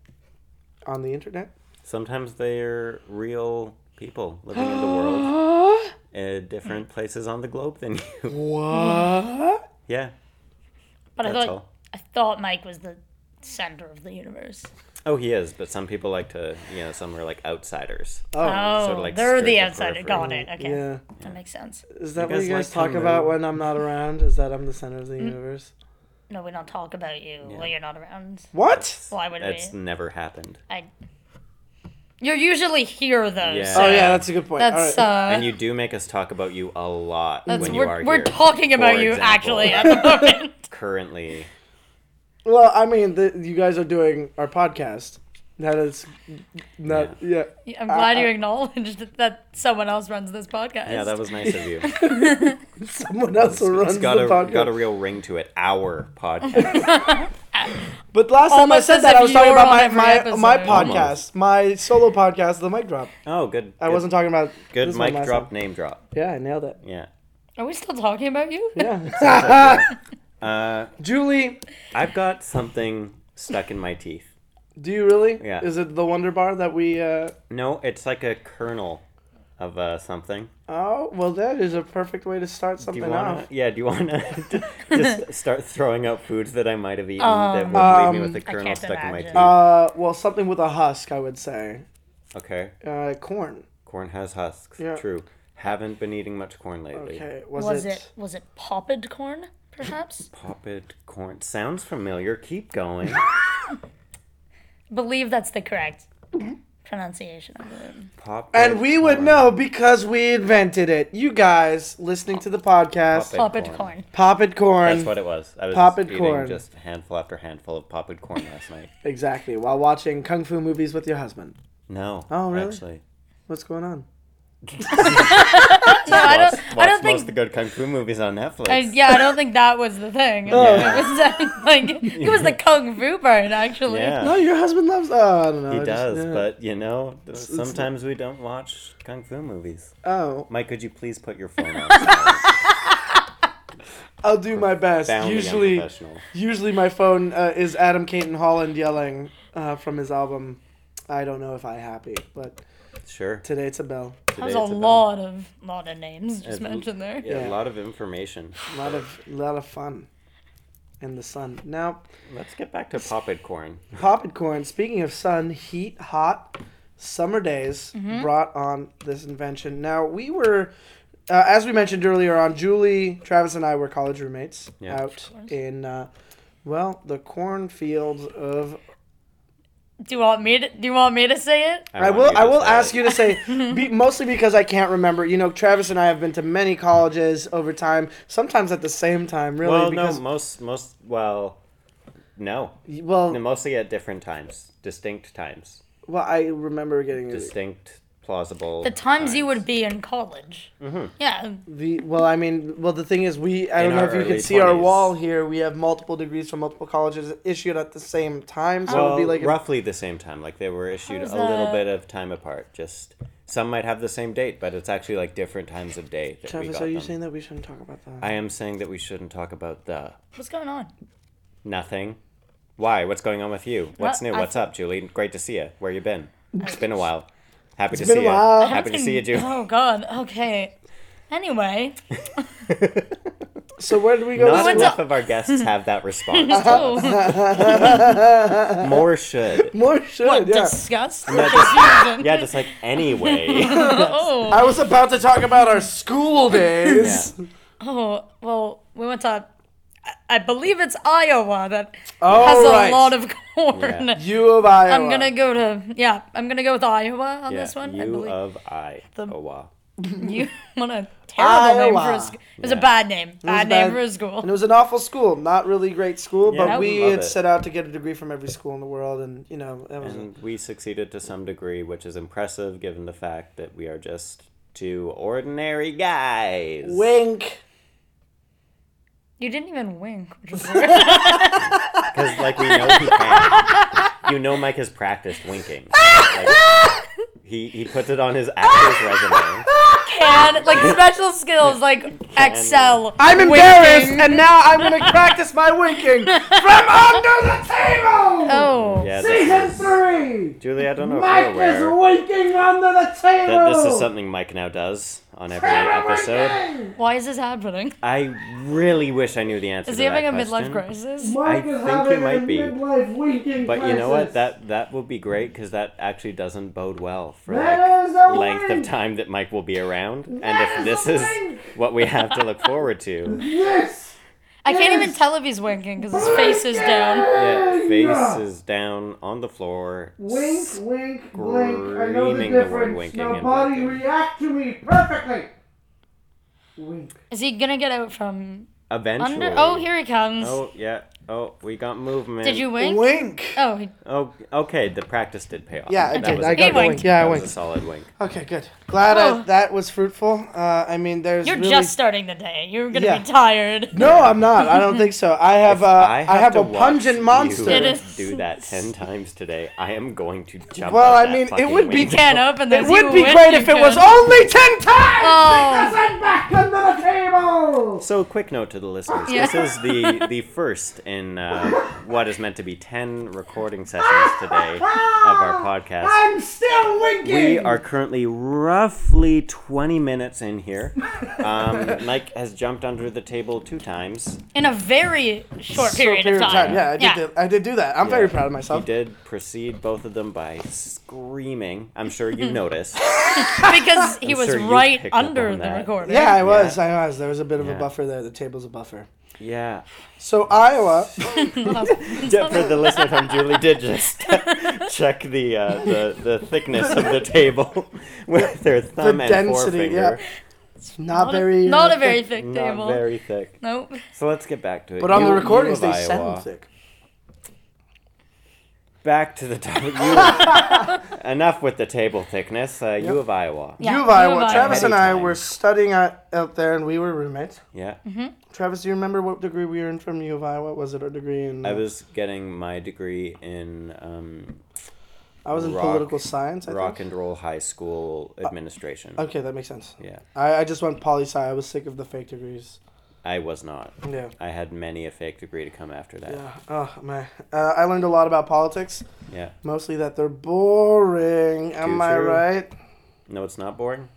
[SPEAKER 1] on the internet?
[SPEAKER 2] Sometimes they're real people living in the world,
[SPEAKER 1] <gasps>
[SPEAKER 2] uh, different places on the globe than you.
[SPEAKER 1] What?
[SPEAKER 2] Yeah,
[SPEAKER 3] But I
[SPEAKER 2] that's
[SPEAKER 3] thought
[SPEAKER 2] all.
[SPEAKER 3] I thought Mike was the center of the universe.
[SPEAKER 2] Oh, he is, but some people like to, you know, some are like outsiders.
[SPEAKER 3] Oh,
[SPEAKER 2] sort of like
[SPEAKER 3] they're
[SPEAKER 2] skirt
[SPEAKER 3] the
[SPEAKER 2] the
[SPEAKER 3] outsider.
[SPEAKER 2] periphery.
[SPEAKER 3] Got it.
[SPEAKER 1] <laughs>
[SPEAKER 3] Okay,
[SPEAKER 1] Yeah.
[SPEAKER 3] that makes sense.
[SPEAKER 1] Is that
[SPEAKER 2] You
[SPEAKER 1] what
[SPEAKER 2] guys
[SPEAKER 1] you guys
[SPEAKER 2] like
[SPEAKER 1] talk
[SPEAKER 2] to
[SPEAKER 1] about
[SPEAKER 2] move.
[SPEAKER 1] when I'm not around? Is that I'm the center of the universe?
[SPEAKER 3] No, we don't talk about you while you're not around.
[SPEAKER 1] What?
[SPEAKER 3] Why would
[SPEAKER 2] That's
[SPEAKER 3] we?
[SPEAKER 2] never happened.
[SPEAKER 3] I. You're usually here though.
[SPEAKER 2] Yeah.
[SPEAKER 3] So
[SPEAKER 1] Oh yeah, that's a good point.
[SPEAKER 3] that's
[SPEAKER 1] All right.
[SPEAKER 3] uh.
[SPEAKER 2] and you do make us talk about you a lot
[SPEAKER 3] that's,
[SPEAKER 2] when you
[SPEAKER 3] we're
[SPEAKER 2] are
[SPEAKER 3] we're
[SPEAKER 2] here.
[SPEAKER 3] talking
[SPEAKER 2] For
[SPEAKER 3] about you
[SPEAKER 2] example, <laughs>
[SPEAKER 3] actually at the moment.
[SPEAKER 2] currently
[SPEAKER 1] well, I mean, the, you guys are doing our podcast, That is not yeah.
[SPEAKER 3] I'm
[SPEAKER 2] <laughs>
[SPEAKER 3] glad you acknowledged that someone else runs this podcast.
[SPEAKER 2] Yeah, that was
[SPEAKER 1] <laughs>
[SPEAKER 2] nice of you.
[SPEAKER 1] Someone else will runs
[SPEAKER 2] it's got
[SPEAKER 1] the
[SPEAKER 2] a
[SPEAKER 1] podcast.
[SPEAKER 2] got a real ring to it. Our
[SPEAKER 3] <laughs>
[SPEAKER 2] podcast.
[SPEAKER 1] But last time I
[SPEAKER 3] Almost
[SPEAKER 1] said
[SPEAKER 3] as
[SPEAKER 1] that,
[SPEAKER 3] if
[SPEAKER 1] I was talking
[SPEAKER 3] you
[SPEAKER 1] about
[SPEAKER 3] were
[SPEAKER 1] my
[SPEAKER 3] on
[SPEAKER 1] my,
[SPEAKER 3] every
[SPEAKER 1] my
[SPEAKER 3] episode.
[SPEAKER 1] podcast,
[SPEAKER 2] Almost.
[SPEAKER 1] my solo podcast, the mic drop.
[SPEAKER 2] Oh, good.
[SPEAKER 1] I wasn't talking about
[SPEAKER 2] Good
[SPEAKER 1] this one
[SPEAKER 2] mic
[SPEAKER 1] last
[SPEAKER 2] drop,
[SPEAKER 1] time.
[SPEAKER 2] name drop.
[SPEAKER 1] Yeah, I nailed it.
[SPEAKER 2] Yeah.
[SPEAKER 3] Are we still talking about you?
[SPEAKER 1] Yeah,
[SPEAKER 2] Uh,
[SPEAKER 1] Julie,
[SPEAKER 2] I've got something stuck in my teeth.
[SPEAKER 1] do you really?
[SPEAKER 2] Yeah.
[SPEAKER 1] Is it the Wonder Bar that we? Uh...
[SPEAKER 2] No, it's like a kernel of uh, something.
[SPEAKER 1] Oh, well, that is a perfect way to start
[SPEAKER 2] Do
[SPEAKER 1] something
[SPEAKER 2] you wanna?
[SPEAKER 1] off.
[SPEAKER 2] Yeah. Do you wanna <laughs> d- just start throwing out foods that I might have eaten that would leave me with a kernel
[SPEAKER 3] Um, can't
[SPEAKER 2] stuck in my
[SPEAKER 3] imagine.
[SPEAKER 2] teeth?
[SPEAKER 1] Uh, well, something with a husk, I would say.
[SPEAKER 2] okay.
[SPEAKER 1] Uh, corn.
[SPEAKER 2] Corn has husks.
[SPEAKER 1] Yeah.
[SPEAKER 2] True. Haven't been eating much corn lately.
[SPEAKER 1] Okay. Was,
[SPEAKER 3] Was, it? was it popped corn? Perhaps
[SPEAKER 2] Popped corn sounds familiar.
[SPEAKER 1] <laughs>
[SPEAKER 2] Keep going.
[SPEAKER 3] believe that's the correct pronunciation of it.
[SPEAKER 2] Popped
[SPEAKER 1] And we would know because we invented it. You guys listening to the podcast,
[SPEAKER 3] Popped corn.
[SPEAKER 1] popped corn.
[SPEAKER 2] That's what it was. I was
[SPEAKER 1] Popped
[SPEAKER 2] eating
[SPEAKER 1] corn.
[SPEAKER 2] just handful after handful of popped corn last night.
[SPEAKER 1] Exactly. While watching kung fu movies with your husband.
[SPEAKER 2] No.
[SPEAKER 1] <laughs> Oh, really?
[SPEAKER 2] Actually.
[SPEAKER 1] What's going
[SPEAKER 2] <sighs>
[SPEAKER 1] on?
[SPEAKER 3] No, I don't.
[SPEAKER 2] Watched-
[SPEAKER 3] I
[SPEAKER 2] watched
[SPEAKER 3] don't
[SPEAKER 2] most of
[SPEAKER 3] think.
[SPEAKER 2] the good kung fu movies on Netflix.
[SPEAKER 3] I, yeah, I don't think that was
[SPEAKER 2] <laughs>
[SPEAKER 3] the thing. It was <laughs> that, like it was the kung fu part actually.
[SPEAKER 2] Yeah.
[SPEAKER 1] No, your husband loves. Oh, I don't know.
[SPEAKER 2] He
[SPEAKER 1] I just-
[SPEAKER 2] does,
[SPEAKER 1] yeah.
[SPEAKER 2] but you know, sometimes we don't watch kung fu movies.
[SPEAKER 1] oh,
[SPEAKER 2] Mike, could you please put your phone
[SPEAKER 1] <laughs>
[SPEAKER 2] on?
[SPEAKER 1] I'll do my best.
[SPEAKER 2] Soundly
[SPEAKER 1] Usually,
[SPEAKER 2] unprofessional.
[SPEAKER 1] usually my phone uh, is Adam Caton Holland yelling uh, from his album. I don't know if I happy, but
[SPEAKER 2] Sure.
[SPEAKER 1] today it's a bell.
[SPEAKER 3] That was
[SPEAKER 2] Today
[SPEAKER 3] a
[SPEAKER 2] it's about-
[SPEAKER 3] lot of lot of names just
[SPEAKER 2] Uh,
[SPEAKER 3] mentioned there.
[SPEAKER 2] Yeah,
[SPEAKER 1] Yeah.
[SPEAKER 2] a lot of information.
[SPEAKER 1] A lot of lot of fun in the sun. Now,
[SPEAKER 2] Let's get back to popped corn.
[SPEAKER 1] popped corn. Speaking of sun, heat, hot summer days brought on this invention. Now we were, uh, as we mentioned earlier on, Julie, Travis, and I were college roommates
[SPEAKER 2] Yeah.
[SPEAKER 1] out in, uh, well, the cornfields of.
[SPEAKER 3] Do you want me to? Do you want me to say it?
[SPEAKER 1] I
[SPEAKER 2] want
[SPEAKER 1] will.
[SPEAKER 2] you to
[SPEAKER 1] I will
[SPEAKER 2] say
[SPEAKER 1] ask
[SPEAKER 2] it.
[SPEAKER 1] you to say, be, mostly because I can't remember. You know, Travis and I have been to many colleges over time, sometimes at the same time. Really,
[SPEAKER 2] Well, no,
[SPEAKER 1] because
[SPEAKER 2] most most well, no,
[SPEAKER 1] well,
[SPEAKER 2] No, mostly at different times, distinct times,
[SPEAKER 1] well, I remember getting
[SPEAKER 2] distinct plausible.
[SPEAKER 3] The times you would be in college.
[SPEAKER 2] Mm-hmm.
[SPEAKER 3] Yeah.
[SPEAKER 1] The well, I mean, well, the thing is, we I
[SPEAKER 2] In
[SPEAKER 1] don't know
[SPEAKER 2] our
[SPEAKER 1] if you can
[SPEAKER 2] early
[SPEAKER 1] see our
[SPEAKER 2] 20s.
[SPEAKER 1] wall here. We have multiple degrees from multiple colleges issued at the same time, so
[SPEAKER 2] Well,
[SPEAKER 1] it'd be like a,
[SPEAKER 2] roughly the same time. Like they were issued a
[SPEAKER 3] How's
[SPEAKER 2] little
[SPEAKER 3] that?
[SPEAKER 2] bit of time apart. Just some might have the same date, but it's actually like different times of day that we
[SPEAKER 1] Travis.
[SPEAKER 2] got
[SPEAKER 1] Are you
[SPEAKER 2] them.
[SPEAKER 1] saying that we shouldn't talk about that?
[SPEAKER 2] I am saying that we shouldn't talk about the
[SPEAKER 3] What's going on?
[SPEAKER 2] nothing. Why? What's going on with you? What's
[SPEAKER 3] Well,
[SPEAKER 2] new?
[SPEAKER 3] I-
[SPEAKER 2] What's up, Julie? Great to see you. Where you been? It's been a while. Happy to
[SPEAKER 1] been
[SPEAKER 2] see
[SPEAKER 1] a
[SPEAKER 2] you.
[SPEAKER 1] while.
[SPEAKER 2] Happy to see you, Julie.
[SPEAKER 3] Oh God. Okay.
[SPEAKER 2] <laughs>
[SPEAKER 3] Anyway.
[SPEAKER 1] so where did we go?
[SPEAKER 2] Not
[SPEAKER 1] this
[SPEAKER 3] went
[SPEAKER 1] week?
[SPEAKER 2] enough of our
[SPEAKER 3] <laughs>
[SPEAKER 2] guests have that response.
[SPEAKER 3] Oh,
[SPEAKER 2] More
[SPEAKER 3] <laughs>
[SPEAKER 2] should. <laughs>
[SPEAKER 1] More should yeah.
[SPEAKER 3] disgust. <laughs>
[SPEAKER 2] Yeah, just like anyway.
[SPEAKER 3] Oh.
[SPEAKER 1] I was about to talk about our school
[SPEAKER 2] <laughs>
[SPEAKER 1] days.
[SPEAKER 3] Oh, well, we went to, I- I believe it's Iowa that has
[SPEAKER 1] All
[SPEAKER 3] a
[SPEAKER 1] right,
[SPEAKER 3] lot of <laughs> corn.
[SPEAKER 2] Yeah.
[SPEAKER 1] U of Iowa.
[SPEAKER 3] I'm gonna go to, yeah, I'm gonna go with Iowa on
[SPEAKER 2] Yeah,
[SPEAKER 3] this one. I
[SPEAKER 2] you
[SPEAKER 3] believe
[SPEAKER 2] of I.
[SPEAKER 3] The-
[SPEAKER 2] Oh wow.
[SPEAKER 3] <laughs> you what a terrible name for
[SPEAKER 1] Iowa.
[SPEAKER 3] a school. It was a
[SPEAKER 2] Yeah.
[SPEAKER 3] bad name. Bad, name
[SPEAKER 1] bad.
[SPEAKER 3] for a
[SPEAKER 1] And
[SPEAKER 3] school.
[SPEAKER 1] it was an awful school, not really great school,
[SPEAKER 2] Yeah,
[SPEAKER 1] but we
[SPEAKER 2] love
[SPEAKER 1] had
[SPEAKER 2] it.
[SPEAKER 1] set out to get a degree from every school in the world, and you know that was.
[SPEAKER 2] And we succeeded to some degree, which is impressive given the fact that we are just two ordinary guys.
[SPEAKER 1] a Wink.
[SPEAKER 3] You didn't even wink. Which is weird. <laughs>
[SPEAKER 2] Because, like, we know he can. You know Mike has practiced winking. Like, he, he puts it on his actor's
[SPEAKER 3] <laughs>
[SPEAKER 2] resume.
[SPEAKER 3] Can
[SPEAKER 2] <laughs>
[SPEAKER 3] like special skills like Excel.
[SPEAKER 1] I'm
[SPEAKER 3] winking.
[SPEAKER 1] embarrassed, and now I'm gonna <laughs> practice my winking from under the table.
[SPEAKER 3] Oh,
[SPEAKER 2] Yeah,
[SPEAKER 1] Season
[SPEAKER 2] this is,
[SPEAKER 1] three.
[SPEAKER 2] Julie, I don't know
[SPEAKER 1] Mike
[SPEAKER 2] if
[SPEAKER 1] is
[SPEAKER 2] you're aware
[SPEAKER 1] winking under the table.
[SPEAKER 2] that this is something Mike now does on every
[SPEAKER 1] I'm
[SPEAKER 2] episode.
[SPEAKER 1] winking.
[SPEAKER 3] why is this happening?
[SPEAKER 2] I really wish I knew the answer
[SPEAKER 3] Is
[SPEAKER 2] to
[SPEAKER 3] he having
[SPEAKER 2] that
[SPEAKER 3] a midlife
[SPEAKER 2] question.
[SPEAKER 3] crisis?
[SPEAKER 2] I think he might be.
[SPEAKER 1] midlife winking
[SPEAKER 2] But you know what?
[SPEAKER 1] crisis.
[SPEAKER 2] That that will be great because that actually doesn't bode well for
[SPEAKER 1] That
[SPEAKER 2] like,
[SPEAKER 1] is a
[SPEAKER 2] length
[SPEAKER 1] wink.
[SPEAKER 2] of time that Mike will be around. And
[SPEAKER 1] That
[SPEAKER 2] if
[SPEAKER 1] is
[SPEAKER 2] this
[SPEAKER 1] a
[SPEAKER 2] is
[SPEAKER 1] wink.
[SPEAKER 2] what we have to look forward to,
[SPEAKER 1] <laughs> Yes.
[SPEAKER 3] I can't
[SPEAKER 1] Yes.
[SPEAKER 3] even tell if he's winking because his face is down.
[SPEAKER 2] yeah,
[SPEAKER 1] Yeah.
[SPEAKER 2] face is down on the floor.
[SPEAKER 1] Wink, wink, blink. I know the
[SPEAKER 2] Screaming the word
[SPEAKER 1] difference.
[SPEAKER 2] winking
[SPEAKER 1] now,
[SPEAKER 2] and
[SPEAKER 1] body,
[SPEAKER 2] winking.
[SPEAKER 1] react to me perfectly. Wink.
[SPEAKER 3] Is he gonna get out from
[SPEAKER 2] Eventually.
[SPEAKER 3] Under. Oh, here he comes.
[SPEAKER 2] Oh yeah. Oh, we got movement.
[SPEAKER 3] Did you wink?
[SPEAKER 1] Wink.
[SPEAKER 3] Oh, he,
[SPEAKER 2] Oh, okay. The practice did pay off.
[SPEAKER 1] Yeah, I
[SPEAKER 2] That
[SPEAKER 1] did.
[SPEAKER 2] was
[SPEAKER 1] I
[SPEAKER 2] a-
[SPEAKER 1] got the
[SPEAKER 3] He
[SPEAKER 1] wink.
[SPEAKER 3] winked.
[SPEAKER 1] Yeah, I
[SPEAKER 2] that was a
[SPEAKER 1] winked.
[SPEAKER 2] solid wink.
[SPEAKER 1] Okay, good. Glad I-
[SPEAKER 3] Oh.
[SPEAKER 1] that was fruitful. Uh, I mean, there's
[SPEAKER 3] you're
[SPEAKER 1] really-
[SPEAKER 3] just starting the day. You're gonna
[SPEAKER 1] Yeah.
[SPEAKER 3] be tired.
[SPEAKER 1] No, I'm not. I don't think so. I have. Uh, I have,
[SPEAKER 2] to
[SPEAKER 1] a
[SPEAKER 2] watch
[SPEAKER 1] pungent
[SPEAKER 2] you
[SPEAKER 1] monster.
[SPEAKER 3] It is-
[SPEAKER 2] Do that ten times today. I am going to jump.
[SPEAKER 1] Well,
[SPEAKER 2] out
[SPEAKER 1] I
[SPEAKER 2] that
[SPEAKER 1] mean, it
[SPEAKER 2] fucking
[SPEAKER 1] would be
[SPEAKER 3] You
[SPEAKER 2] window.
[SPEAKER 3] can't open this.
[SPEAKER 1] It would
[SPEAKER 3] You
[SPEAKER 1] be
[SPEAKER 3] wish
[SPEAKER 1] great
[SPEAKER 3] you
[SPEAKER 1] if it was
[SPEAKER 3] could.
[SPEAKER 1] only ten times.
[SPEAKER 3] Oh.
[SPEAKER 1] Because I'm back under the table.
[SPEAKER 2] So, quick note to the listeners:
[SPEAKER 3] Yeah.
[SPEAKER 2] this is the the first in uh, what is meant to be ten recording sessions today of our podcast.
[SPEAKER 1] Ah! I'm still winking.
[SPEAKER 2] We are currently roughly twenty minutes in here. Um, Mike has jumped under the table two times.
[SPEAKER 3] in a very short
[SPEAKER 1] Short
[SPEAKER 3] period, of time.
[SPEAKER 1] Yeah, I did. do- I did do that. I'm very proud of myself.
[SPEAKER 2] He did precede both of them by screaming. I'm sure
[SPEAKER 3] <laughs>
[SPEAKER 2] you noticed.
[SPEAKER 3] because he <laughs>
[SPEAKER 2] I'm
[SPEAKER 3] was
[SPEAKER 2] sure you
[SPEAKER 3] right
[SPEAKER 2] picked up
[SPEAKER 3] under
[SPEAKER 2] on
[SPEAKER 3] the
[SPEAKER 2] that.
[SPEAKER 3] recorder.
[SPEAKER 1] Yeah, I was. I was. There was a bit of a
[SPEAKER 2] Yeah.
[SPEAKER 1] buffer there. The table's a buffer.
[SPEAKER 2] Yeah.
[SPEAKER 1] So
[SPEAKER 3] <laughs>
[SPEAKER 1] Iowa.
[SPEAKER 2] Yeah, for the listener from Julie did just
[SPEAKER 1] <laughs>
[SPEAKER 2] check the, uh, the the thickness of the table <laughs> with her thumb and
[SPEAKER 1] density,
[SPEAKER 2] forefinger.
[SPEAKER 1] It's not,
[SPEAKER 3] Not a-
[SPEAKER 1] very.
[SPEAKER 3] not
[SPEAKER 1] uh,
[SPEAKER 3] a very
[SPEAKER 1] thick,
[SPEAKER 3] thick
[SPEAKER 2] Not
[SPEAKER 3] table.
[SPEAKER 2] very thick.
[SPEAKER 3] Nope.
[SPEAKER 2] So let's get back to it.
[SPEAKER 1] But on
[SPEAKER 2] You-
[SPEAKER 1] the
[SPEAKER 2] you
[SPEAKER 1] recordings,
[SPEAKER 2] of
[SPEAKER 1] they
[SPEAKER 2] Iowa.
[SPEAKER 1] sound thick.
[SPEAKER 2] Back to the topic.
[SPEAKER 1] <laughs>
[SPEAKER 2] You of- enough with the table thickness. Uh, You of Iowa.
[SPEAKER 3] Yeah,
[SPEAKER 1] you of Iowa.
[SPEAKER 3] you of
[SPEAKER 1] Travis
[SPEAKER 2] Iowa.
[SPEAKER 1] and I
[SPEAKER 2] Anytime.
[SPEAKER 1] were studying out, out there, and we were roommates.
[SPEAKER 2] Yeah.
[SPEAKER 1] Mm-hmm. Travis, do you remember what degree we earned from U of Iowa? Was it our degree in?
[SPEAKER 2] I
[SPEAKER 1] uh,
[SPEAKER 2] was getting my degree in um,
[SPEAKER 1] I was in
[SPEAKER 2] rock-
[SPEAKER 1] political science. I
[SPEAKER 2] rock
[SPEAKER 1] think. Uh,
[SPEAKER 2] and roll high school administration.
[SPEAKER 1] Okay, that makes sense.
[SPEAKER 2] Yeah,
[SPEAKER 1] I, I just went poli sci. I was sick of the fake degrees.
[SPEAKER 2] I was not.
[SPEAKER 1] Yeah.
[SPEAKER 2] I had many a fake degree to come after that.
[SPEAKER 1] Yeah. Oh man. Uh, I learned a lot about politics.
[SPEAKER 2] Yeah.
[SPEAKER 1] Mostly that they're boring. Am
[SPEAKER 2] Too
[SPEAKER 1] I
[SPEAKER 2] true.
[SPEAKER 1] right?
[SPEAKER 2] No, it's not boring.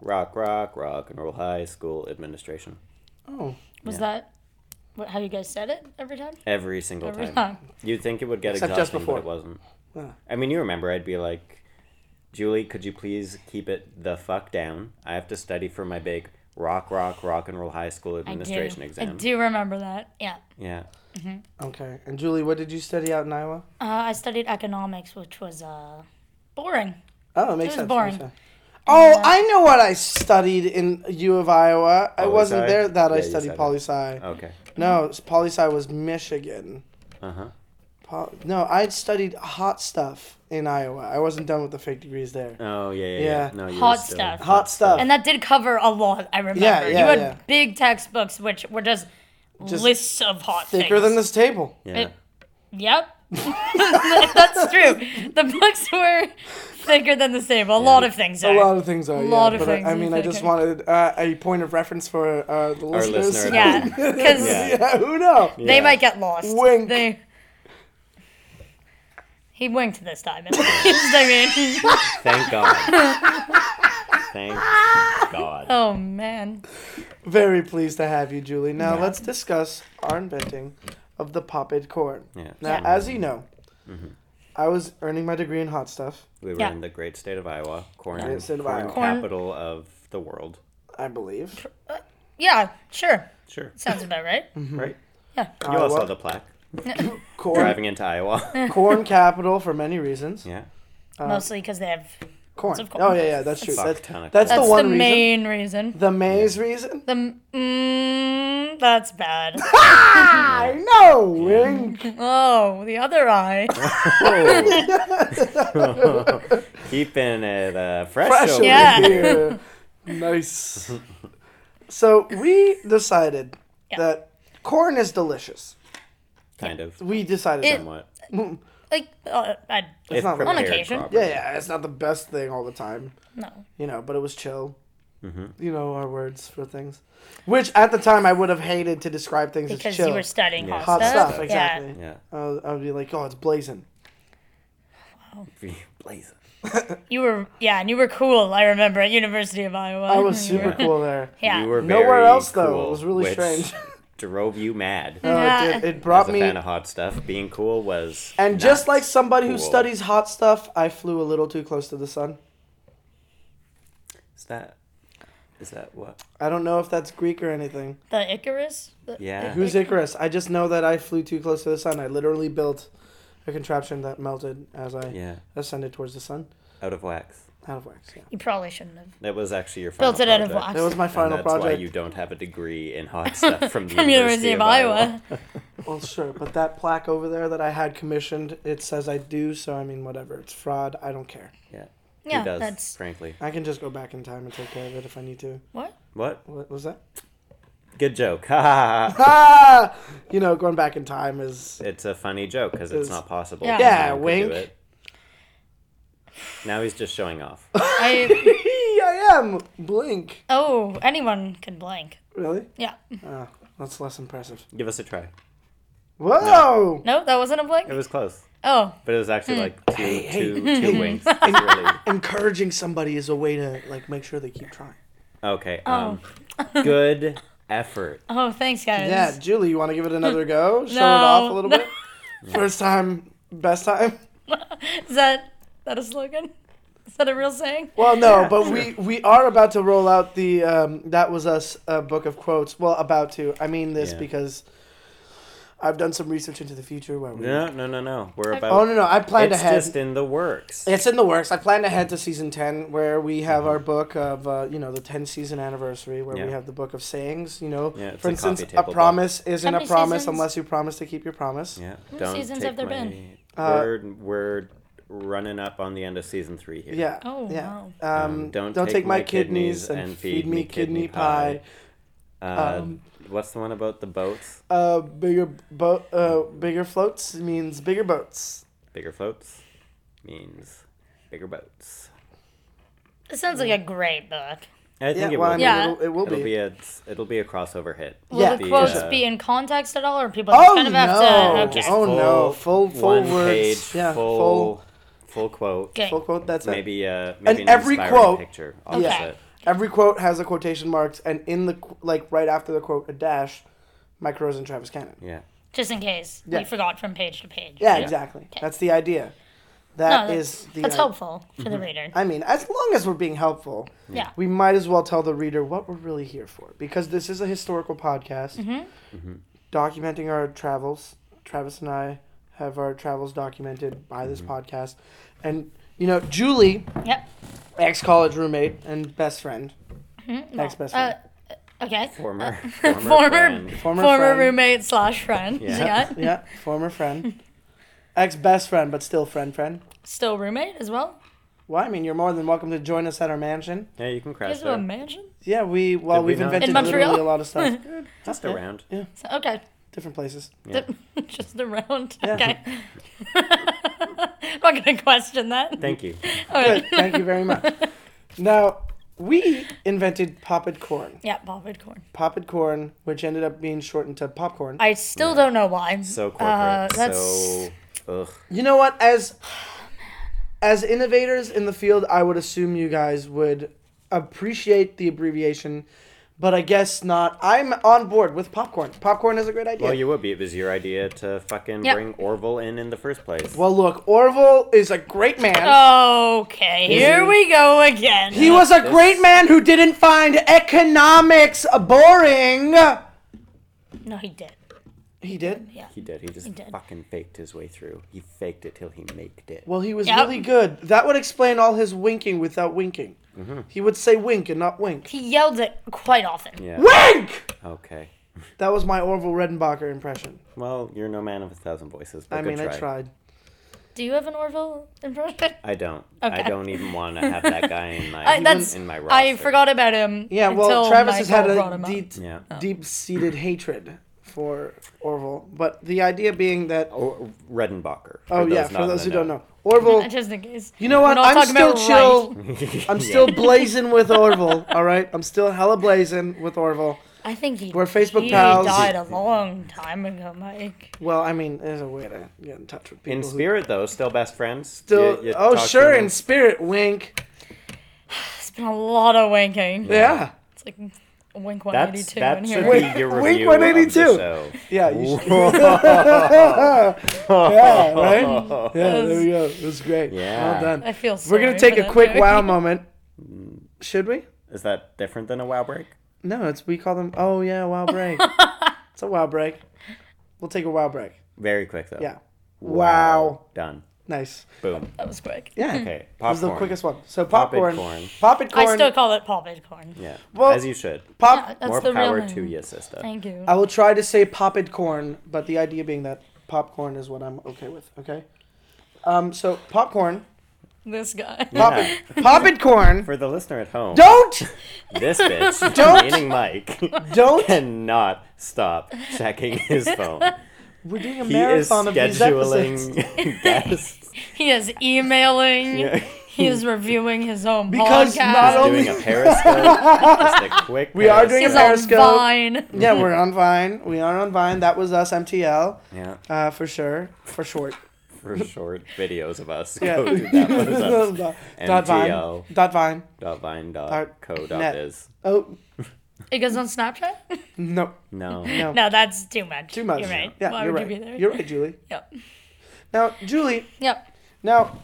[SPEAKER 2] Rock, rock, rock and roll high school administration.
[SPEAKER 1] Oh.
[SPEAKER 3] Was
[SPEAKER 2] Yeah.
[SPEAKER 3] that what, how you guys said it every time?
[SPEAKER 2] Every single
[SPEAKER 3] Every
[SPEAKER 2] time.
[SPEAKER 3] <laughs> time.
[SPEAKER 2] You'd think it would get
[SPEAKER 1] Except just
[SPEAKER 2] exhausting,
[SPEAKER 1] before.
[SPEAKER 2] but it wasn't.
[SPEAKER 1] Yeah.
[SPEAKER 2] I mean, you remember, I'd be like, Julie, could you please keep it the fuck down? I have to study for my big rock, rock, rock and roll high school
[SPEAKER 3] I do.
[SPEAKER 2] administration exam.
[SPEAKER 3] I do remember that. Yeah.
[SPEAKER 2] Yeah.
[SPEAKER 1] Okay. And Julie, what did you study out in Iowa?
[SPEAKER 3] Uh, I studied economics, which was uh, boring.
[SPEAKER 1] Oh, it makes
[SPEAKER 3] was
[SPEAKER 1] sense.
[SPEAKER 3] boring.
[SPEAKER 1] makes sense. Oh, I know what I studied in U of Iowa. I
[SPEAKER 2] Poli
[SPEAKER 1] wasn't
[SPEAKER 2] sci?
[SPEAKER 1] there that
[SPEAKER 2] Yeah,
[SPEAKER 1] I
[SPEAKER 2] you
[SPEAKER 1] studied
[SPEAKER 2] said it. Uh-huh.
[SPEAKER 1] poli sci.
[SPEAKER 2] Okay.
[SPEAKER 1] No, poli sci was Michigan.
[SPEAKER 2] Uh huh.
[SPEAKER 1] Pol- no, I studied hot stuff in Iowa. I wasn't done with the fake degrees there.
[SPEAKER 2] Oh yeah, yeah. yeah.
[SPEAKER 1] Yeah.
[SPEAKER 2] No, you
[SPEAKER 3] Hot
[SPEAKER 2] were still-
[SPEAKER 3] stuff.
[SPEAKER 1] Hot stuff.
[SPEAKER 3] And that did cover a lot, I remember.
[SPEAKER 1] Yeah, yeah,
[SPEAKER 3] you had
[SPEAKER 1] yeah.
[SPEAKER 3] big textbooks, which were just,
[SPEAKER 1] Just
[SPEAKER 3] lists of hot
[SPEAKER 1] Thicker
[SPEAKER 3] things.
[SPEAKER 1] than this table.
[SPEAKER 2] Yeah.
[SPEAKER 3] It- Yep. That's true. The books were thicker than the table. A lot of things
[SPEAKER 1] A
[SPEAKER 3] are.
[SPEAKER 1] lot of things are. A
[SPEAKER 3] lot
[SPEAKER 1] yeah,
[SPEAKER 3] of
[SPEAKER 1] but I-
[SPEAKER 3] things
[SPEAKER 1] I,
[SPEAKER 3] are
[SPEAKER 1] mean, I just
[SPEAKER 3] thicker.
[SPEAKER 1] wanted uh, a point of reference for uh, the
[SPEAKER 2] Our
[SPEAKER 1] listeners.
[SPEAKER 2] listener.
[SPEAKER 3] yeah. <laughs>
[SPEAKER 1] <laughs>
[SPEAKER 3] Because
[SPEAKER 2] Yeah.
[SPEAKER 1] yeah, who knows?
[SPEAKER 3] they
[SPEAKER 2] Yeah.
[SPEAKER 3] might get lost.
[SPEAKER 1] Wink.
[SPEAKER 3] They... He winked this time. <laughs> At least. I mean,
[SPEAKER 2] Thank God.
[SPEAKER 3] <laughs>
[SPEAKER 2] Thank God.
[SPEAKER 3] oh man.
[SPEAKER 1] Very pleased to have you, Julie. Now let's discuss our inventing of the popped corn.
[SPEAKER 2] Yeah.
[SPEAKER 1] Now, as you know,
[SPEAKER 2] Mm-hmm.
[SPEAKER 1] I was earning my degree in hot stuff,
[SPEAKER 2] We were
[SPEAKER 3] Yeah.
[SPEAKER 2] in the great state of Iowa, corn,
[SPEAKER 1] Great state of
[SPEAKER 2] corn
[SPEAKER 1] Iowa.
[SPEAKER 3] Corn-
[SPEAKER 2] capital of the world.
[SPEAKER 1] I believe.
[SPEAKER 3] Yeah, sure.
[SPEAKER 2] Sure.
[SPEAKER 3] Sounds about right.
[SPEAKER 2] Right?
[SPEAKER 3] Yeah.
[SPEAKER 2] You all
[SPEAKER 1] Mm-hmm. Iowa.
[SPEAKER 2] saw the plaque
[SPEAKER 1] Corn,
[SPEAKER 2] driving into
[SPEAKER 3] <laughs>
[SPEAKER 2] Iowa.
[SPEAKER 1] corn capital for many reasons.
[SPEAKER 2] <laughs> yeah.
[SPEAKER 1] Uh,
[SPEAKER 3] Mostly because they have.
[SPEAKER 1] Corn.
[SPEAKER 3] of corn.
[SPEAKER 1] Oh yeah, yeah, that's true.
[SPEAKER 2] Fuck
[SPEAKER 1] That's,
[SPEAKER 2] ton of
[SPEAKER 1] that's
[SPEAKER 2] corn.
[SPEAKER 1] the
[SPEAKER 3] That's the,
[SPEAKER 1] one reason.
[SPEAKER 3] main reason.
[SPEAKER 1] The maize reason.
[SPEAKER 3] The m- mm, that's bad.
[SPEAKER 1] I know. Wink.
[SPEAKER 3] oh, the
[SPEAKER 1] <laughs>
[SPEAKER 3] other eye.
[SPEAKER 2] <laughs> Keeping it uh, fresh.
[SPEAKER 1] Fresh
[SPEAKER 2] over
[SPEAKER 1] over
[SPEAKER 2] here.
[SPEAKER 3] Yeah. <laughs>
[SPEAKER 1] here.
[SPEAKER 2] <laughs>
[SPEAKER 1] Nice. So we decided
[SPEAKER 3] Yeah.
[SPEAKER 1] that corn is delicious.
[SPEAKER 2] Kind of.
[SPEAKER 1] We decided
[SPEAKER 3] It-
[SPEAKER 1] that.
[SPEAKER 2] Somewhat.
[SPEAKER 3] Like, uh, I,
[SPEAKER 2] If
[SPEAKER 1] not
[SPEAKER 2] prepared
[SPEAKER 3] occasion.
[SPEAKER 2] properly.
[SPEAKER 1] Yeah, yeah, it's not the best thing all the time.
[SPEAKER 3] no.
[SPEAKER 1] you know, but it was chill.
[SPEAKER 2] Mm-hmm.
[SPEAKER 1] You know our words for things, which at the time I would have hated to describe things as
[SPEAKER 3] Because
[SPEAKER 1] chill.
[SPEAKER 3] you were studying
[SPEAKER 2] Yeah.
[SPEAKER 3] hot,
[SPEAKER 1] Hot
[SPEAKER 3] stuff.
[SPEAKER 1] stuff, exactly.
[SPEAKER 2] Yeah.
[SPEAKER 1] Uh, I would be like, oh, it's blazing.
[SPEAKER 2] Blazing.
[SPEAKER 3] Yeah. You were, yeah, and you were cool. I remember at University of Iowa.
[SPEAKER 1] I was super cool there.
[SPEAKER 3] Yeah.
[SPEAKER 2] You were
[SPEAKER 1] Nowhere
[SPEAKER 2] very
[SPEAKER 1] else though.
[SPEAKER 2] cool,
[SPEAKER 1] it was really
[SPEAKER 2] which
[SPEAKER 1] strange.
[SPEAKER 2] <laughs> Drove you mad.
[SPEAKER 1] No,
[SPEAKER 3] Yeah.
[SPEAKER 1] Uh, it, did. it
[SPEAKER 2] As
[SPEAKER 1] brought
[SPEAKER 2] a
[SPEAKER 1] me.
[SPEAKER 2] fan of hot stuff, being cool was.
[SPEAKER 1] and
[SPEAKER 2] not
[SPEAKER 1] just like somebody who
[SPEAKER 2] cool.
[SPEAKER 1] studies hot stuff, I flew a little too close to the sun.
[SPEAKER 2] Is that. Is that what?
[SPEAKER 1] I don't know if that's Greek or anything.
[SPEAKER 3] the Icarus. The-
[SPEAKER 2] Yeah.
[SPEAKER 1] Who's Icarus? I just know that I flew too close to the sun. I literally built a contraption that melted as I
[SPEAKER 2] Yeah.
[SPEAKER 1] ascended towards the sun.
[SPEAKER 2] Out of wax.
[SPEAKER 1] Out of wax. Yeah.
[SPEAKER 3] You probably shouldn't have.
[SPEAKER 2] That was actually your final
[SPEAKER 3] Built it out of
[SPEAKER 2] project,
[SPEAKER 3] wax.
[SPEAKER 1] That was my
[SPEAKER 2] and
[SPEAKER 1] final
[SPEAKER 2] that's
[SPEAKER 1] project.
[SPEAKER 2] why you don't have a degree in
[SPEAKER 3] <laughs>
[SPEAKER 2] hot stuff from the
[SPEAKER 3] From
[SPEAKER 2] University of Iowa.
[SPEAKER 1] Well, sure, but that plaque over there that I had commissioned, it says I do, so I mean, whatever. It's fraud. I don't care.
[SPEAKER 2] Yeah.
[SPEAKER 3] Yeah,
[SPEAKER 2] Who does,
[SPEAKER 3] that's-
[SPEAKER 2] frankly.
[SPEAKER 1] I can just go back in time and take care of it if I need to.
[SPEAKER 3] What?
[SPEAKER 2] What?
[SPEAKER 1] What was that?
[SPEAKER 2] Good joke. <laughs> Ha ha
[SPEAKER 3] <laughs>
[SPEAKER 2] ha.
[SPEAKER 1] Ah! You know, going back in time is. <laughs>
[SPEAKER 2] It's a funny joke because
[SPEAKER 1] It's-
[SPEAKER 2] it's not possible.
[SPEAKER 3] Yeah.
[SPEAKER 1] Yeah,
[SPEAKER 2] Anyone could
[SPEAKER 1] wink.
[SPEAKER 2] do it. Now he's just
[SPEAKER 1] <laughs>
[SPEAKER 2] showing off.
[SPEAKER 3] <laughs> I
[SPEAKER 1] I am! Blink!
[SPEAKER 3] oh, anyone can blank.
[SPEAKER 1] Really?
[SPEAKER 3] Yeah.
[SPEAKER 1] Oh, that's less impressive.
[SPEAKER 2] Give us a try.
[SPEAKER 1] Whoa!
[SPEAKER 3] No, that wasn't a blank.
[SPEAKER 2] It was close,
[SPEAKER 3] Oh,
[SPEAKER 2] but it was actually like two,
[SPEAKER 1] Hey, <laughs> hey.
[SPEAKER 2] two, two winks. It's
[SPEAKER 3] <laughs>
[SPEAKER 2] really-
[SPEAKER 1] Encouraging somebody is a way to, like, make sure they keep trying.
[SPEAKER 2] Okay. Um, good effort.
[SPEAKER 3] oh, thanks guys.
[SPEAKER 1] Yeah, Julie, you want to give it another go? Show it off a
[SPEAKER 3] <laughs>
[SPEAKER 1] little
[SPEAKER 3] No.
[SPEAKER 1] bit? First time, best time? <laughs>
[SPEAKER 3] Is that that a slogan? Is that a real saying?
[SPEAKER 1] Well, no, but we we are about to roll out the um, that was us uh, book of quotes. Well, about to. I mean this
[SPEAKER 2] Yeah.
[SPEAKER 1] because I've done some research into the future where we.
[SPEAKER 2] No, no, no, no.
[SPEAKER 3] <laughs>
[SPEAKER 2] We're about.
[SPEAKER 1] Oh no no! I planned
[SPEAKER 2] it's
[SPEAKER 1] ahead.
[SPEAKER 2] just in the works.
[SPEAKER 1] It's in the works. I planned ahead to season ten, where we have our book of uh, you know the ten season anniversary, where
[SPEAKER 2] Mm-hmm. Yeah.
[SPEAKER 1] we have the book of sayings. You know,
[SPEAKER 2] Yeah, it's
[SPEAKER 1] for
[SPEAKER 2] a
[SPEAKER 1] instance,
[SPEAKER 2] coffee
[SPEAKER 1] a
[SPEAKER 2] table book.
[SPEAKER 1] promise isn't
[SPEAKER 3] How
[SPEAKER 1] a
[SPEAKER 3] many
[SPEAKER 1] promise
[SPEAKER 3] seasons?
[SPEAKER 1] unless you promise to keep your promise.
[SPEAKER 2] Yeah.
[SPEAKER 3] many
[SPEAKER 2] Don't
[SPEAKER 3] seasons
[SPEAKER 2] take
[SPEAKER 3] have there
[SPEAKER 2] my
[SPEAKER 3] been?
[SPEAKER 1] Uh,
[SPEAKER 2] word. We're running up on the end of season three here.
[SPEAKER 1] Yeah.
[SPEAKER 3] Oh,
[SPEAKER 1] yeah.
[SPEAKER 3] wow.
[SPEAKER 1] Um, don't, take, my kidneys, and, feed me kidney pie. Um,
[SPEAKER 2] Uh, what's the one about the boats?
[SPEAKER 1] Uh, bigger boat, uh, bigger floats means bigger boats.
[SPEAKER 2] Bigger floats means bigger boats.
[SPEAKER 3] It sounds like a great book.
[SPEAKER 2] I think
[SPEAKER 1] Yeah,
[SPEAKER 2] it
[SPEAKER 1] well, I
[SPEAKER 2] will.
[SPEAKER 1] mean,
[SPEAKER 2] be.
[SPEAKER 3] Yeah.
[SPEAKER 1] it'll, it will
[SPEAKER 2] It'll
[SPEAKER 1] be.
[SPEAKER 2] be a it'll be a crossover hit.
[SPEAKER 3] Will
[SPEAKER 1] Yeah,
[SPEAKER 3] the
[SPEAKER 1] for
[SPEAKER 3] quotes
[SPEAKER 2] sure.
[SPEAKER 3] be in context at all, or people
[SPEAKER 1] oh
[SPEAKER 3] kind of have
[SPEAKER 1] no!
[SPEAKER 3] to? Okay.
[SPEAKER 1] Oh no! Full, full
[SPEAKER 2] one
[SPEAKER 1] words.
[SPEAKER 2] Page,
[SPEAKER 1] yeah,
[SPEAKER 2] full, full quote.
[SPEAKER 3] Okay.
[SPEAKER 1] full quote. That's it.
[SPEAKER 2] Maybe uh maybe
[SPEAKER 1] And
[SPEAKER 2] an
[SPEAKER 1] every
[SPEAKER 2] inspiring
[SPEAKER 1] quote-
[SPEAKER 2] picture. I'll
[SPEAKER 1] Yeah.
[SPEAKER 2] just, uh,
[SPEAKER 3] Okay.
[SPEAKER 1] Every quote has the quotation marks, and in the qu- like right after the quote, a dash. Mike Rose and Travis Cannon.
[SPEAKER 2] Yeah.
[SPEAKER 3] Just in case
[SPEAKER 1] Yeah.
[SPEAKER 3] we forgot from page to page.
[SPEAKER 1] Yeah, exactly. That's the idea. That
[SPEAKER 3] no, that's,
[SPEAKER 1] is the.
[SPEAKER 3] that's
[SPEAKER 1] i-
[SPEAKER 3] helpful for the reader.
[SPEAKER 1] I mean, as long as we're being helpful,
[SPEAKER 3] Yeah.
[SPEAKER 1] we might as well tell the reader what we're really here for because this is a historical podcast
[SPEAKER 3] Mm-hmm.
[SPEAKER 2] Mm-hmm.
[SPEAKER 1] documenting our travels. Travis and I have our travels documented by
[SPEAKER 2] Mm-hmm.
[SPEAKER 1] this podcast. And, you know, Julie,
[SPEAKER 3] Yep.
[SPEAKER 1] ex college roommate and best friend, ex best
[SPEAKER 3] Uh,
[SPEAKER 1] friend.
[SPEAKER 3] okay.
[SPEAKER 2] <laughs> Former
[SPEAKER 3] <laughs> Former
[SPEAKER 2] former friend.
[SPEAKER 1] Former
[SPEAKER 3] former,
[SPEAKER 1] friend.
[SPEAKER 3] roommate slash friend.
[SPEAKER 2] Yeah.
[SPEAKER 3] yeah.
[SPEAKER 1] <laughs>
[SPEAKER 2] <laughs>
[SPEAKER 1] yeah, former
[SPEAKER 3] <laughs>
[SPEAKER 1] friend. Ex best friend, but still friend, friend.
[SPEAKER 3] Still roommate as well.
[SPEAKER 1] Well, I mean, you're more than welcome to join us at our mansion.
[SPEAKER 2] Yeah, you can
[SPEAKER 3] You
[SPEAKER 2] crash
[SPEAKER 3] guys have a
[SPEAKER 2] there.
[SPEAKER 3] mansion?
[SPEAKER 1] Yeah, we, well,
[SPEAKER 2] Did we
[SPEAKER 1] we've
[SPEAKER 2] not?
[SPEAKER 1] invented
[SPEAKER 3] In Montreal?
[SPEAKER 1] literally a lot of
[SPEAKER 3] <laughs>
[SPEAKER 1] stuff.
[SPEAKER 2] Just
[SPEAKER 1] Yeah.
[SPEAKER 2] around.
[SPEAKER 3] So- okay.
[SPEAKER 1] Different places.
[SPEAKER 2] Yeah.
[SPEAKER 3] <laughs> Just around.
[SPEAKER 1] Yeah.
[SPEAKER 3] Okay. <laughs> I'm not gonna
[SPEAKER 2] <laughs>
[SPEAKER 3] question that.
[SPEAKER 2] Thank
[SPEAKER 1] Mm-hmm.
[SPEAKER 2] you.
[SPEAKER 3] All right.
[SPEAKER 1] Good. Thank you very much. Now, we invented popped corn.
[SPEAKER 3] Yeah, bobbed corn.
[SPEAKER 1] Popped corn, which ended up being shortened to popcorn.
[SPEAKER 3] I still don't know why.
[SPEAKER 2] So corporate.
[SPEAKER 3] Uh, that's
[SPEAKER 2] So ugh.
[SPEAKER 1] you know what? As as innovators in the field, I would assume you guys would appreciate the abbreviation, but I guess not. I'm on board with popcorn. Popcorn is a great idea.
[SPEAKER 2] Well, you would be. It was your idea to fucking
[SPEAKER 3] Yeah.
[SPEAKER 2] bring Orville in in the first place.
[SPEAKER 1] Well, look, Orville is a great man.
[SPEAKER 3] Uh, Okay, here
[SPEAKER 1] he-
[SPEAKER 3] we go again.
[SPEAKER 1] he was a great man who didn't find economics boring.
[SPEAKER 3] no, he did.
[SPEAKER 1] He did.
[SPEAKER 2] he did. He just
[SPEAKER 3] did.
[SPEAKER 2] fucking faked his way through. He faked it till he maked it.
[SPEAKER 1] Well, he was
[SPEAKER 3] Yep.
[SPEAKER 1] really good. That would explain all his winking without winking.
[SPEAKER 2] Mm-hmm.
[SPEAKER 1] He would say wink and not wink.
[SPEAKER 3] He yelled it quite often.
[SPEAKER 2] yeah.
[SPEAKER 1] Wink!
[SPEAKER 2] Okay.
[SPEAKER 1] That was my Orville Redenbacher impression.
[SPEAKER 2] Well, you're no man of a thousand voices. But
[SPEAKER 1] I mean,
[SPEAKER 2] good try.
[SPEAKER 1] I tried.
[SPEAKER 3] Do you have an Orville impression?
[SPEAKER 2] I don't. I
[SPEAKER 3] Okay.
[SPEAKER 2] don't even want to have that guy
[SPEAKER 1] <laughs>
[SPEAKER 2] in my
[SPEAKER 1] Uh,
[SPEAKER 3] I, that's
[SPEAKER 2] Uh, in my roster.
[SPEAKER 3] I forgot about him.
[SPEAKER 1] Yeah, well,
[SPEAKER 3] until
[SPEAKER 1] Travis has had
[SPEAKER 3] Michael brought
[SPEAKER 1] a
[SPEAKER 3] him up. Oh.
[SPEAKER 1] deep,
[SPEAKER 2] Yeah.
[SPEAKER 1] deep-seated hatred for Orville. But the idea being that, oh,
[SPEAKER 2] Or Redenbacher. for
[SPEAKER 1] yeah,
[SPEAKER 2] not
[SPEAKER 1] for
[SPEAKER 2] in
[SPEAKER 1] those
[SPEAKER 2] the
[SPEAKER 1] who don't know,
[SPEAKER 3] <laughs>
[SPEAKER 1] Orville.
[SPEAKER 3] Just in case.
[SPEAKER 1] You know what?
[SPEAKER 3] not
[SPEAKER 1] I'm
[SPEAKER 3] talking
[SPEAKER 1] still
[SPEAKER 3] about
[SPEAKER 1] chill. I'm
[SPEAKER 2] Yeah.
[SPEAKER 1] still blazing with Orville. All right, I'm still hella blazing with Orville.
[SPEAKER 3] I think he.
[SPEAKER 1] We're Facebook
[SPEAKER 3] he
[SPEAKER 1] pals.
[SPEAKER 3] died a long time ago, Mike.
[SPEAKER 1] Well, I mean, there's a way to get in touch with people.
[SPEAKER 2] <laughs> In
[SPEAKER 1] who
[SPEAKER 2] spirit, though, still best friends.
[SPEAKER 1] Still,
[SPEAKER 2] You- you
[SPEAKER 1] oh
[SPEAKER 2] talk to
[SPEAKER 1] sure,
[SPEAKER 2] them.
[SPEAKER 1] in spirit, wink.
[SPEAKER 3] It's been a lot of winking.
[SPEAKER 1] Yeah,
[SPEAKER 3] It's like a wink
[SPEAKER 2] that's
[SPEAKER 3] 182 in
[SPEAKER 2] that should
[SPEAKER 3] here.
[SPEAKER 1] Wink-
[SPEAKER 3] <laughs>
[SPEAKER 2] be your
[SPEAKER 1] Wink
[SPEAKER 2] review
[SPEAKER 1] 182.
[SPEAKER 2] of the show.
[SPEAKER 1] yeah, you should- <laughs> yeah, right? Yeah, there we go. It was great.
[SPEAKER 2] Yeah.
[SPEAKER 1] well done.
[SPEAKER 3] I feel.
[SPEAKER 1] We're gonna
[SPEAKER 3] sorry
[SPEAKER 1] take
[SPEAKER 3] for
[SPEAKER 1] a
[SPEAKER 3] that
[SPEAKER 1] quick
[SPEAKER 3] joke.
[SPEAKER 1] wow moment. Should we?
[SPEAKER 2] Is that different than a wow break?
[SPEAKER 1] No, it's we call them. Oh yeah, wow
[SPEAKER 3] <laughs>
[SPEAKER 1] break. it's a wow break. We'll take a wow break.
[SPEAKER 2] Very quick though.
[SPEAKER 1] Yeah. Wow.
[SPEAKER 2] Done.
[SPEAKER 1] Nice.
[SPEAKER 2] Boom.
[SPEAKER 3] That was quick.
[SPEAKER 1] Yeah.
[SPEAKER 2] Okay.
[SPEAKER 1] That was
[SPEAKER 2] Popcorn.
[SPEAKER 1] the quickest one. So
[SPEAKER 2] Popped
[SPEAKER 1] popcorn.
[SPEAKER 2] corn.
[SPEAKER 1] Popped corn.
[SPEAKER 3] I still call it popped corn.
[SPEAKER 2] Yeah.
[SPEAKER 1] Well-
[SPEAKER 2] as you should.
[SPEAKER 1] pop.
[SPEAKER 3] Yeah, that's
[SPEAKER 2] More
[SPEAKER 3] the real
[SPEAKER 2] power
[SPEAKER 3] name.
[SPEAKER 2] to you, sister.
[SPEAKER 3] Thank you.
[SPEAKER 1] I will try to say popped corn, but the idea being that popcorn is what I'm okay with. Okay. Um. So popcorn.
[SPEAKER 3] this guy.
[SPEAKER 1] Pop.
[SPEAKER 2] Yeah.
[SPEAKER 1] Popped corn.
[SPEAKER 2] For the listener at home,
[SPEAKER 1] Don't.
[SPEAKER 2] this
[SPEAKER 1] <laughs>
[SPEAKER 2] bitch,
[SPEAKER 1] Don't-
[SPEAKER 2] <laughs> meaning Mike,
[SPEAKER 1] <laughs> Don't.
[SPEAKER 2] cannot stop checking his
[SPEAKER 3] <laughs>
[SPEAKER 2] phone.
[SPEAKER 1] We're doing a
[SPEAKER 2] He is
[SPEAKER 1] marathon of these episodes.
[SPEAKER 2] scheduling
[SPEAKER 3] <laughs>
[SPEAKER 2] guests.
[SPEAKER 3] <laughs> He is emailing.
[SPEAKER 2] Yeah.
[SPEAKER 3] He is reviewing his own
[SPEAKER 1] Because
[SPEAKER 3] podcast.
[SPEAKER 1] not
[SPEAKER 2] He's doing a Periscope. Just a quick
[SPEAKER 1] <laughs> We are doing
[SPEAKER 3] He's
[SPEAKER 1] a
[SPEAKER 2] Periscope.
[SPEAKER 3] on
[SPEAKER 1] Periscope. <laughs>
[SPEAKER 3] Vine.
[SPEAKER 1] Yeah, we're on Vine. We are on Vine. That was us, MTL,
[SPEAKER 2] Yeah,
[SPEAKER 1] uh, for sure, for short.
[SPEAKER 2] for short videos of us.
[SPEAKER 1] Yeah.
[SPEAKER 2] Go to <laughs> that one. <laughs>
[SPEAKER 1] <laughs>
[SPEAKER 2] That's
[SPEAKER 1] dot, Vine.
[SPEAKER 2] MTL.
[SPEAKER 1] Dot Vine.
[SPEAKER 2] dot vine
[SPEAKER 1] Dot
[SPEAKER 2] dot co dot
[SPEAKER 1] net.
[SPEAKER 2] biz.
[SPEAKER 1] Oh
[SPEAKER 3] It goes on Snapchat?
[SPEAKER 1] no,
[SPEAKER 2] No.
[SPEAKER 1] no,
[SPEAKER 3] No, that's too much.
[SPEAKER 1] too much.
[SPEAKER 3] You're right.
[SPEAKER 1] Yeah,
[SPEAKER 3] Why
[SPEAKER 1] you're
[SPEAKER 3] would
[SPEAKER 1] right.
[SPEAKER 3] you be there?
[SPEAKER 1] You're right, Julie.
[SPEAKER 3] <laughs> Yep.
[SPEAKER 1] Now, Julie.
[SPEAKER 3] Yep.
[SPEAKER 1] Now,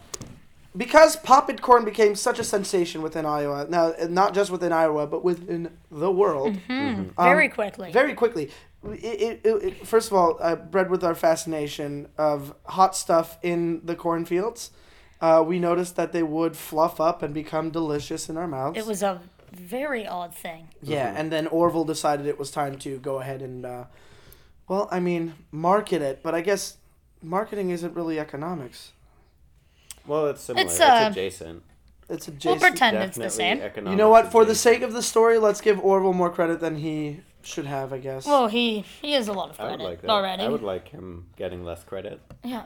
[SPEAKER 1] because popped corn became such a sensation within Iowa. Now, and not just within Iowa, but within the world. Um,
[SPEAKER 3] Very quickly.
[SPEAKER 1] very quickly. It, it, it, it- first of all, uh, bred with our fascination of hot stuff in the cornfields, uh, we noticed that they would fluff up and become delicious in our mouths.
[SPEAKER 3] it was a very odd thing.
[SPEAKER 1] yeah, and then Orville decided it was time to go ahead and, uh, well, I mean, market it, but I guess marketing isn't really economics.
[SPEAKER 2] Well, it's similar.
[SPEAKER 3] It's,
[SPEAKER 2] It's,
[SPEAKER 3] uh,
[SPEAKER 2] adjacent.
[SPEAKER 1] It's
[SPEAKER 3] We'll
[SPEAKER 1] adjacent.
[SPEAKER 3] pretend it's
[SPEAKER 2] Definitely
[SPEAKER 3] the same.
[SPEAKER 2] economic.
[SPEAKER 1] You know what? For the sake of the story, let's give Orville more credit than he should have, I guess.
[SPEAKER 3] Well, he he has a lot of
[SPEAKER 2] I
[SPEAKER 3] credit
[SPEAKER 2] would like that.
[SPEAKER 3] already.
[SPEAKER 2] I would like him getting less credit.
[SPEAKER 3] yeah.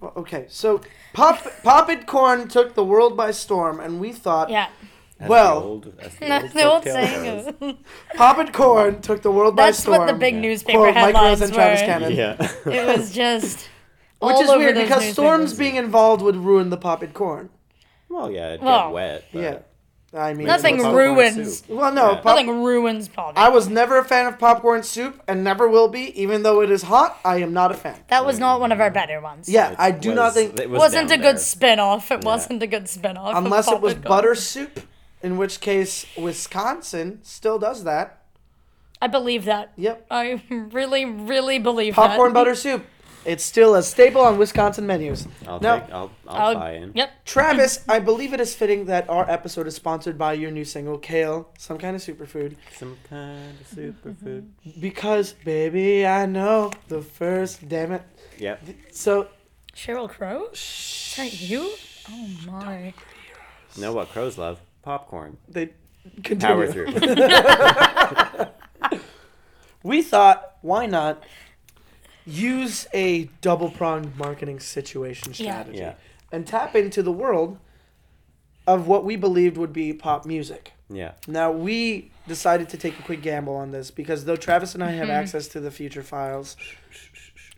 [SPEAKER 1] Well, okay, so pop popped corn took the world by storm, and we thought
[SPEAKER 3] Yeah.
[SPEAKER 1] <laughs>
[SPEAKER 2] As
[SPEAKER 1] Well-
[SPEAKER 2] the old, as
[SPEAKER 3] <laughs>
[SPEAKER 2] the
[SPEAKER 3] That's
[SPEAKER 2] old,
[SPEAKER 3] the old
[SPEAKER 2] folktale
[SPEAKER 3] saying.
[SPEAKER 2] goes.
[SPEAKER 3] goes.
[SPEAKER 1] popped corn took the world by
[SPEAKER 3] <laughs> That's
[SPEAKER 1] storm.
[SPEAKER 3] what the big
[SPEAKER 2] Yeah.
[SPEAKER 3] newspaper
[SPEAKER 1] quote Mike Rose
[SPEAKER 3] headlines
[SPEAKER 1] and
[SPEAKER 3] were.
[SPEAKER 1] Travis Cannon,
[SPEAKER 2] Yeah.
[SPEAKER 1] <laughs>
[SPEAKER 3] It was just.
[SPEAKER 1] which
[SPEAKER 3] all
[SPEAKER 1] is
[SPEAKER 3] over
[SPEAKER 1] weird
[SPEAKER 3] those
[SPEAKER 1] because storms
[SPEAKER 3] newspapers.
[SPEAKER 1] being involved would ruin the popped corn.
[SPEAKER 2] <laughs> well, yeah, it'd
[SPEAKER 3] Well.
[SPEAKER 2] get wet. But
[SPEAKER 1] Yeah, I mean
[SPEAKER 3] Nothing
[SPEAKER 1] it's-
[SPEAKER 2] popcorn
[SPEAKER 3] ruins.
[SPEAKER 2] soup.
[SPEAKER 1] Well, no,
[SPEAKER 2] Yeah.
[SPEAKER 1] pop-
[SPEAKER 3] Nothing ruins Paul.
[SPEAKER 1] I was never a fan of popcorn soup, and never will be, even though it is hot. I am not a fan.
[SPEAKER 3] That was not one of our better ones.
[SPEAKER 1] Yeah,
[SPEAKER 2] It
[SPEAKER 1] I do not
[SPEAKER 2] was-
[SPEAKER 1] think
[SPEAKER 2] it was
[SPEAKER 3] wasn't a
[SPEAKER 2] down
[SPEAKER 3] good
[SPEAKER 2] there.
[SPEAKER 3] spin-off. It wasn't a good spin-off. <laughs> of
[SPEAKER 1] unless it
[SPEAKER 3] Pop
[SPEAKER 1] was
[SPEAKER 3] and Go.
[SPEAKER 1] butter soup, in which case Wisconsin still does that.
[SPEAKER 3] I believe that.
[SPEAKER 1] Yep.
[SPEAKER 3] I really, really believe
[SPEAKER 1] Popcorn
[SPEAKER 3] <laughs> that.
[SPEAKER 1] butter soup. It's still a staple on Wisconsin menus.
[SPEAKER 2] I'll,
[SPEAKER 1] No.
[SPEAKER 2] take, I'll, I'll,
[SPEAKER 3] I'll-
[SPEAKER 2] buy in.
[SPEAKER 3] Yep. <laughs>
[SPEAKER 1] Travis, I believe it is fitting that our episode is sponsored by your new single, Kale, some kind of superfood.
[SPEAKER 2] Some kind of superfood.
[SPEAKER 3] <laughs>
[SPEAKER 1] Because, baby, I know the first, damn it.
[SPEAKER 2] Yep.
[SPEAKER 1] So,
[SPEAKER 3] Cheryl Crow. Is that you? Oh my.
[SPEAKER 2] Know what crows love?
[SPEAKER 1] <laughs>
[SPEAKER 2] Popcorn.
[SPEAKER 1] they
[SPEAKER 2] Power
[SPEAKER 1] continue.
[SPEAKER 2] through.
[SPEAKER 1] We thought, why not use a double pronged marketing situation
[SPEAKER 3] Yeah.
[SPEAKER 1] strategy
[SPEAKER 2] Yeah.
[SPEAKER 1] and tap into the world of what we believed would be pop music.
[SPEAKER 2] Yeah.
[SPEAKER 1] Now we decided to take a quick gamble on this because though Travis and I have access to the future files,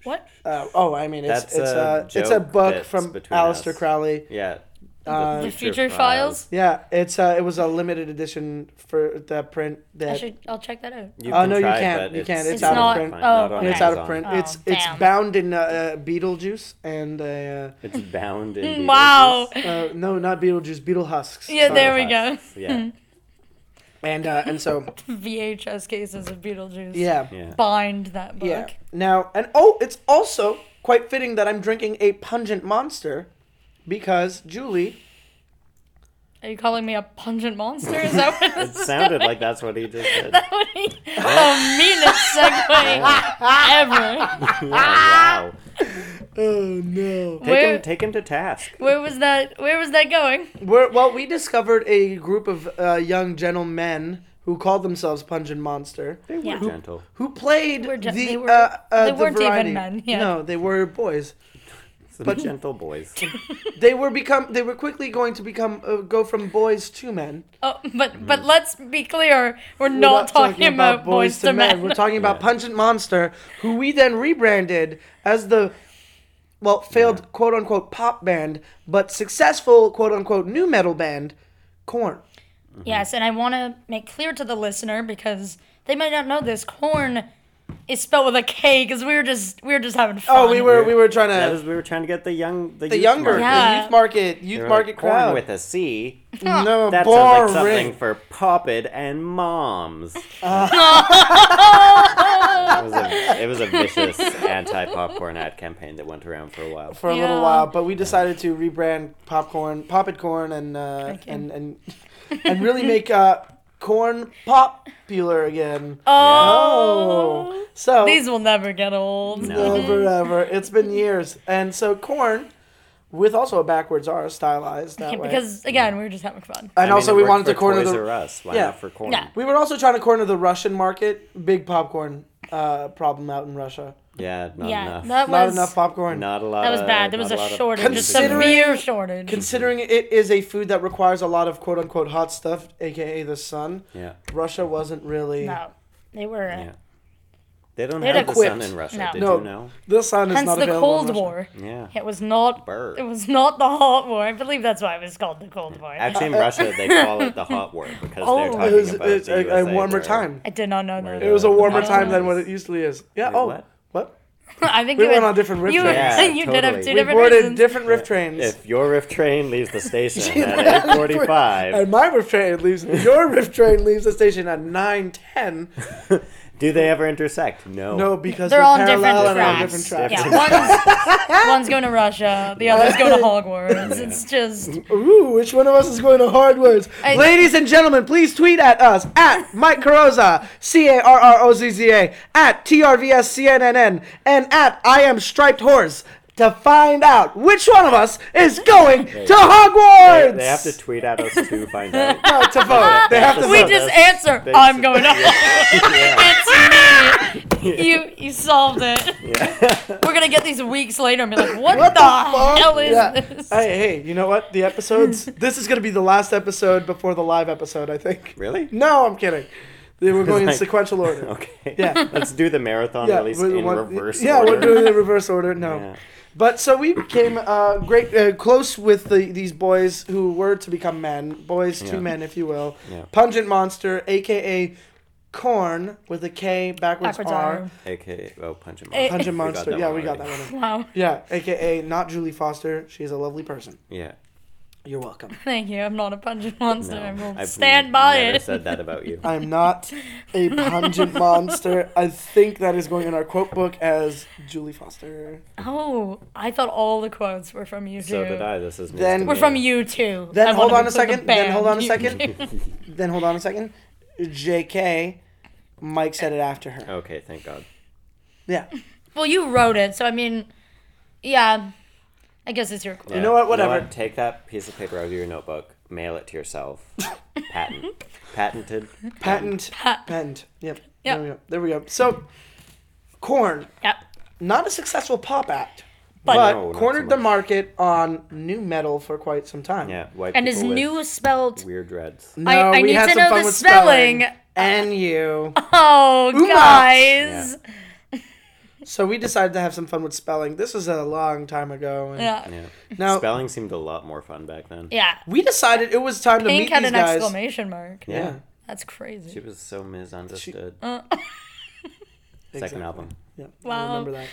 [SPEAKER 3] What?
[SPEAKER 1] uh, oh, I mean it's
[SPEAKER 2] That's
[SPEAKER 1] it's
[SPEAKER 2] a
[SPEAKER 1] a, it's a
[SPEAKER 2] joke
[SPEAKER 1] book
[SPEAKER 2] that's
[SPEAKER 1] from
[SPEAKER 2] between
[SPEAKER 1] Aleister
[SPEAKER 2] us.
[SPEAKER 1] Crowley.
[SPEAKER 2] Yeah.
[SPEAKER 1] Uh,
[SPEAKER 3] The Future Files.
[SPEAKER 1] Yeah, it's uh, it was a limited edition for the print
[SPEAKER 3] I
[SPEAKER 1] that
[SPEAKER 3] should. I'll check that out.
[SPEAKER 2] You
[SPEAKER 1] Oh, no, you
[SPEAKER 2] try,
[SPEAKER 1] can't.
[SPEAKER 2] but
[SPEAKER 1] You can't. It's
[SPEAKER 3] out of
[SPEAKER 2] not-
[SPEAKER 3] print.
[SPEAKER 2] not
[SPEAKER 3] Oh,
[SPEAKER 2] on
[SPEAKER 1] and it's out
[SPEAKER 2] Amazon.
[SPEAKER 1] of print.
[SPEAKER 3] Oh,
[SPEAKER 1] it's
[SPEAKER 3] damn.
[SPEAKER 1] it's bound in uh, uh, Beetlejuice and uh,
[SPEAKER 2] It's bound
[SPEAKER 1] <laughs>
[SPEAKER 2] in.
[SPEAKER 3] Wow.
[SPEAKER 2] Beetlejuice.
[SPEAKER 1] uh, no, not Beetlejuice, Beetle husks.
[SPEAKER 3] Yeah,
[SPEAKER 1] Sorry.
[SPEAKER 3] there we go.
[SPEAKER 2] Yeah.
[SPEAKER 1] and uh, and so
[SPEAKER 3] <laughs> VHS cases of Beetlejuice. <laughs>
[SPEAKER 1] yeah, <laughs>
[SPEAKER 2] Yeah.
[SPEAKER 3] Bind that book.
[SPEAKER 1] Yeah. Now, and oh, it's also quite fitting that I'm drinking a pungent monster because Julie,
[SPEAKER 3] Are you calling me a pungent monster? Is that what
[SPEAKER 2] <laughs> It
[SPEAKER 3] this <laughs> is
[SPEAKER 2] sounded
[SPEAKER 3] going?
[SPEAKER 2] like that's what he just said. <laughs>
[SPEAKER 3] That would be the meanest segue ever.
[SPEAKER 1] <laughs>
[SPEAKER 2] Yeah, wow.
[SPEAKER 1] oh no.
[SPEAKER 2] Take
[SPEAKER 3] Where-
[SPEAKER 2] him take him to task.
[SPEAKER 3] Where was that? Where was that going?
[SPEAKER 1] We're, well, we discovered a group of uh, young gentlemen who called themselves Pungent Monster,
[SPEAKER 2] They were
[SPEAKER 3] Yeah.
[SPEAKER 2] gentle.
[SPEAKER 1] who played
[SPEAKER 3] Were gen-
[SPEAKER 1] the
[SPEAKER 3] they were-
[SPEAKER 1] uh, uh,
[SPEAKER 3] they
[SPEAKER 1] the
[SPEAKER 3] weren't even
[SPEAKER 1] variety.
[SPEAKER 3] men, yeah.
[SPEAKER 1] No, they were boys.
[SPEAKER 2] Some
[SPEAKER 1] But- <laughs>
[SPEAKER 2] gentle boys.
[SPEAKER 1] They were become. They were quickly going to become uh, go from boys to men.
[SPEAKER 3] Oh, but but let's be clear,
[SPEAKER 1] We're
[SPEAKER 3] we're, not, talking, about, boys to men.
[SPEAKER 1] We're talking about
[SPEAKER 2] Yeah.
[SPEAKER 1] Pungent Monster, who we then rebranded as the well failed quote unquote pop band, but successful quote unquote new metal band, Corn.
[SPEAKER 3] yes, and I want to make clear to the listener because they might not know this. Corn is spelled with a K because we were just we were just having fun.
[SPEAKER 1] Oh, we were we were trying
[SPEAKER 2] That
[SPEAKER 1] to
[SPEAKER 2] was, we were trying to get the young, the,
[SPEAKER 1] the
[SPEAKER 2] youth
[SPEAKER 1] younger
[SPEAKER 2] market.
[SPEAKER 3] Yeah.
[SPEAKER 1] the youth market
[SPEAKER 2] They
[SPEAKER 1] youth
[SPEAKER 2] were
[SPEAKER 1] market
[SPEAKER 2] like, "Corn
[SPEAKER 1] crowd.
[SPEAKER 2] with a C.
[SPEAKER 1] no,
[SPEAKER 2] That
[SPEAKER 1] boring.
[SPEAKER 2] sounds like something for popped
[SPEAKER 1] <laughs>
[SPEAKER 2] and moms. <laughs> it, was a, it was
[SPEAKER 1] <laughs>
[SPEAKER 2] a vicious anti-popcorn ad campaign that went around for a while.
[SPEAKER 1] for a little
[SPEAKER 3] Yeah.
[SPEAKER 1] while, but we decided to rebrand popcorn, poppet corn, and uh,
[SPEAKER 3] Okay.
[SPEAKER 1] and
[SPEAKER 3] <laughs>
[SPEAKER 1] and and really make uh, corn popular again.
[SPEAKER 3] Oh,
[SPEAKER 1] So
[SPEAKER 3] these will never get old.
[SPEAKER 2] No.
[SPEAKER 1] never ever. It's been years, and so corn with also a backwards R stylized
[SPEAKER 3] <laughs>
[SPEAKER 1] that way.
[SPEAKER 3] Because again, we were just having fun.
[SPEAKER 1] and
[SPEAKER 2] I mean,
[SPEAKER 1] also
[SPEAKER 2] it
[SPEAKER 1] we
[SPEAKER 2] worked
[SPEAKER 1] wanted
[SPEAKER 2] for
[SPEAKER 1] to corner
[SPEAKER 2] Toys
[SPEAKER 1] the
[SPEAKER 2] R Us. Why
[SPEAKER 1] Yeah.
[SPEAKER 2] not for corn?
[SPEAKER 3] Yeah.
[SPEAKER 1] We were also trying to corner the Russian market. Big popcorn uh, problem out in Russia.
[SPEAKER 2] Yeah, not
[SPEAKER 3] yeah,
[SPEAKER 2] enough.
[SPEAKER 3] that
[SPEAKER 1] Not
[SPEAKER 3] was
[SPEAKER 1] enough popcorn.
[SPEAKER 2] not a lot.
[SPEAKER 3] that was
[SPEAKER 2] of-
[SPEAKER 3] bad. There
[SPEAKER 2] not
[SPEAKER 3] was
[SPEAKER 2] a
[SPEAKER 3] a
[SPEAKER 2] lot of
[SPEAKER 3] shortage, a
[SPEAKER 1] Considering-
[SPEAKER 3] severe shortage.
[SPEAKER 1] Considering it is a food that requires a lot of quote unquote hot stuff, aka the sun,
[SPEAKER 2] yeah,
[SPEAKER 1] Russia wasn't really.
[SPEAKER 3] no, they were.
[SPEAKER 2] yeah. They don't
[SPEAKER 3] They'd
[SPEAKER 2] have the sun
[SPEAKER 1] equipped.
[SPEAKER 2] in Russia.
[SPEAKER 3] No.
[SPEAKER 2] Did
[SPEAKER 1] No.
[SPEAKER 2] you know?
[SPEAKER 1] The sun is
[SPEAKER 3] Hence
[SPEAKER 1] not
[SPEAKER 3] the
[SPEAKER 1] available in
[SPEAKER 3] Cold
[SPEAKER 1] Russia.
[SPEAKER 3] War.
[SPEAKER 2] Yeah.
[SPEAKER 3] It was not.
[SPEAKER 2] Burr.
[SPEAKER 3] It was not the hot war. I believe that's why it was called the Cold War.
[SPEAKER 2] Actually, in Russia,
[SPEAKER 3] <laughs>
[SPEAKER 2] they call it the hot war because
[SPEAKER 3] Oh.
[SPEAKER 2] they're
[SPEAKER 3] It
[SPEAKER 2] talking
[SPEAKER 1] It was
[SPEAKER 2] about
[SPEAKER 1] it,
[SPEAKER 2] the
[SPEAKER 1] a, a
[SPEAKER 2] USA
[SPEAKER 1] warmer
[SPEAKER 2] where-
[SPEAKER 1] time.
[SPEAKER 3] I did not know
[SPEAKER 2] Where
[SPEAKER 3] that.
[SPEAKER 1] It was a warmer
[SPEAKER 2] the
[SPEAKER 1] time than
[SPEAKER 2] Russians-
[SPEAKER 1] what it usually is. Yeah.
[SPEAKER 2] Wait,
[SPEAKER 1] oh,
[SPEAKER 2] what?
[SPEAKER 1] what?
[SPEAKER 3] <laughs> I think
[SPEAKER 1] We
[SPEAKER 3] it
[SPEAKER 1] went
[SPEAKER 3] was-
[SPEAKER 1] on different riff
[SPEAKER 3] You, were-
[SPEAKER 2] trains. Yeah,
[SPEAKER 3] <laughs> you did have
[SPEAKER 2] totally.
[SPEAKER 3] two
[SPEAKER 2] We
[SPEAKER 1] We
[SPEAKER 3] different
[SPEAKER 1] boarded
[SPEAKER 3] reasons.
[SPEAKER 1] different rift trains.
[SPEAKER 2] If your riff train leaves the
[SPEAKER 1] <laughs>
[SPEAKER 2] station at 8:45,
[SPEAKER 1] and my rift train leaves. Your rift train leaves the station at nine
[SPEAKER 2] <laughs>
[SPEAKER 1] ten.
[SPEAKER 2] do they ever intersect? No.
[SPEAKER 1] No, because
[SPEAKER 3] They're on different
[SPEAKER 1] parallel and on
[SPEAKER 3] tracks.
[SPEAKER 1] different tracks.
[SPEAKER 3] Yeah, one's, one's going to Russia, the other's going to Hogwarts. It's just
[SPEAKER 1] Ooh, which one of us is going to Hogwarts?
[SPEAKER 3] I-
[SPEAKER 1] Ladies and gentlemen, please tweet at us at Mike Carozza, C A R R O Z Z A, at TRVSCNNN, and at I Am Striped Horse to find out which one of us is going to
[SPEAKER 2] They,
[SPEAKER 1] Hogwarts.
[SPEAKER 2] they
[SPEAKER 1] <laughs>
[SPEAKER 2] have to tweet at us to find out.
[SPEAKER 1] No, to vote. They have to
[SPEAKER 3] we
[SPEAKER 1] vote.
[SPEAKER 3] just
[SPEAKER 2] that's-
[SPEAKER 3] answer.
[SPEAKER 2] that's-
[SPEAKER 3] I'm going to.
[SPEAKER 2] Yeah.
[SPEAKER 3] It's me. You you solved it.
[SPEAKER 2] Yeah.
[SPEAKER 3] We're gonna get these weeks later and be like, what,
[SPEAKER 1] What
[SPEAKER 3] the,
[SPEAKER 1] the fuck?
[SPEAKER 3] hell is
[SPEAKER 1] Yeah.
[SPEAKER 3] this?
[SPEAKER 1] Hey, hey, you know what? The episodes. this is gonna be the last episode before the live episode, I think.
[SPEAKER 2] Really?
[SPEAKER 1] No, I'm kidding. They
[SPEAKER 2] <laughs>
[SPEAKER 1] were going in
[SPEAKER 2] like-
[SPEAKER 1] sequential
[SPEAKER 2] <laughs>
[SPEAKER 1] order.
[SPEAKER 2] Okay.
[SPEAKER 1] Yeah.
[SPEAKER 2] Let's do the marathon
[SPEAKER 1] Yeah,
[SPEAKER 2] release
[SPEAKER 1] we
[SPEAKER 2] in
[SPEAKER 1] want-
[SPEAKER 2] reverse
[SPEAKER 1] yeah,
[SPEAKER 2] order.
[SPEAKER 1] we're doing it in reverse order. No.
[SPEAKER 2] Yeah.
[SPEAKER 1] But so we became uh, great, uh, close with the, these boys who were to become men, boys
[SPEAKER 2] Yeah.
[SPEAKER 1] to men, if you will.
[SPEAKER 2] Yeah.
[SPEAKER 1] Pungent Monster, aka Corn with a K backwards,
[SPEAKER 3] Backwards
[SPEAKER 1] R.
[SPEAKER 3] R.
[SPEAKER 2] AKA, oh, punch him. <laughs>
[SPEAKER 3] Eh.
[SPEAKER 1] Pungent
[SPEAKER 2] got
[SPEAKER 1] Monster.
[SPEAKER 2] that
[SPEAKER 1] yeah,
[SPEAKER 2] one
[SPEAKER 1] we got that
[SPEAKER 2] already.
[SPEAKER 1] one.
[SPEAKER 3] Wow.
[SPEAKER 1] Yeah, aka not Julie Foster. She's a lovely person.
[SPEAKER 2] Yeah.
[SPEAKER 1] You're welcome.
[SPEAKER 3] Thank you. I'm not a pungent monster. I will
[SPEAKER 2] I've
[SPEAKER 3] stand by
[SPEAKER 2] never
[SPEAKER 3] it.
[SPEAKER 2] said that about
[SPEAKER 3] <laughs>
[SPEAKER 2] you.
[SPEAKER 1] I'm not a pungent monster. I think that is going in our quote book as Julie Foster.
[SPEAKER 3] Oh, I thought all the quotes were from you too.
[SPEAKER 2] So did I. This is news
[SPEAKER 1] Then-
[SPEAKER 2] to
[SPEAKER 3] We're
[SPEAKER 2] me.
[SPEAKER 3] from you too.
[SPEAKER 1] Then
[SPEAKER 3] I
[SPEAKER 1] hold on a
[SPEAKER 3] wanna include the
[SPEAKER 1] second, then hold on a
[SPEAKER 3] band.
[SPEAKER 1] second.
[SPEAKER 3] <laughs>
[SPEAKER 1] Then hold on a second. JK, Mike said it after her.
[SPEAKER 2] Okay, thank God.
[SPEAKER 3] <laughs>
[SPEAKER 1] Yeah.
[SPEAKER 3] well, you wrote it, so I mean, yeah. I guess it's your quote.
[SPEAKER 2] Yeah.
[SPEAKER 1] know what? Whatever.
[SPEAKER 2] Take that piece of paper out of your notebook, mail it to yourself.
[SPEAKER 3] <laughs>
[SPEAKER 2] Patent. Patented.
[SPEAKER 1] Patent. Patent. Yep.
[SPEAKER 3] Yep.
[SPEAKER 1] There we go. There we go. So, Corn,
[SPEAKER 3] Yeah.
[SPEAKER 1] not a successful pop act,
[SPEAKER 3] But-
[SPEAKER 1] but
[SPEAKER 2] No, not so
[SPEAKER 1] cornered the
[SPEAKER 2] much.
[SPEAKER 1] market on new metal for quite some time.
[SPEAKER 2] Yeah, white
[SPEAKER 3] And
[SPEAKER 2] people
[SPEAKER 3] is
[SPEAKER 2] with
[SPEAKER 3] new spelled?
[SPEAKER 2] weird reds.
[SPEAKER 1] No,
[SPEAKER 3] I- I
[SPEAKER 1] we
[SPEAKER 3] need
[SPEAKER 1] had
[SPEAKER 3] to
[SPEAKER 1] some
[SPEAKER 3] know
[SPEAKER 1] fun
[SPEAKER 3] the
[SPEAKER 1] with
[SPEAKER 3] spelling.
[SPEAKER 1] And you.
[SPEAKER 3] Oh,
[SPEAKER 1] Uma.
[SPEAKER 3] guys.
[SPEAKER 1] so we decided to have some fun with spelling. This was a long time ago. and
[SPEAKER 3] Yeah. Yeah.
[SPEAKER 2] Yeah.
[SPEAKER 1] Now
[SPEAKER 2] Spelling seemed a lot more fun back then.
[SPEAKER 1] we decided it was time to
[SPEAKER 3] Pink
[SPEAKER 1] meet
[SPEAKER 3] had
[SPEAKER 1] these
[SPEAKER 3] an
[SPEAKER 1] guys.
[SPEAKER 3] exclamation mark.
[SPEAKER 2] Yeah.
[SPEAKER 1] Yeah.
[SPEAKER 3] That's
[SPEAKER 2] She
[SPEAKER 3] crazy.
[SPEAKER 2] was so misunderstood.
[SPEAKER 3] Uh.
[SPEAKER 2] Second
[SPEAKER 1] Exactly.
[SPEAKER 2] album.
[SPEAKER 1] Yeah, I
[SPEAKER 3] Wow.
[SPEAKER 1] remember that.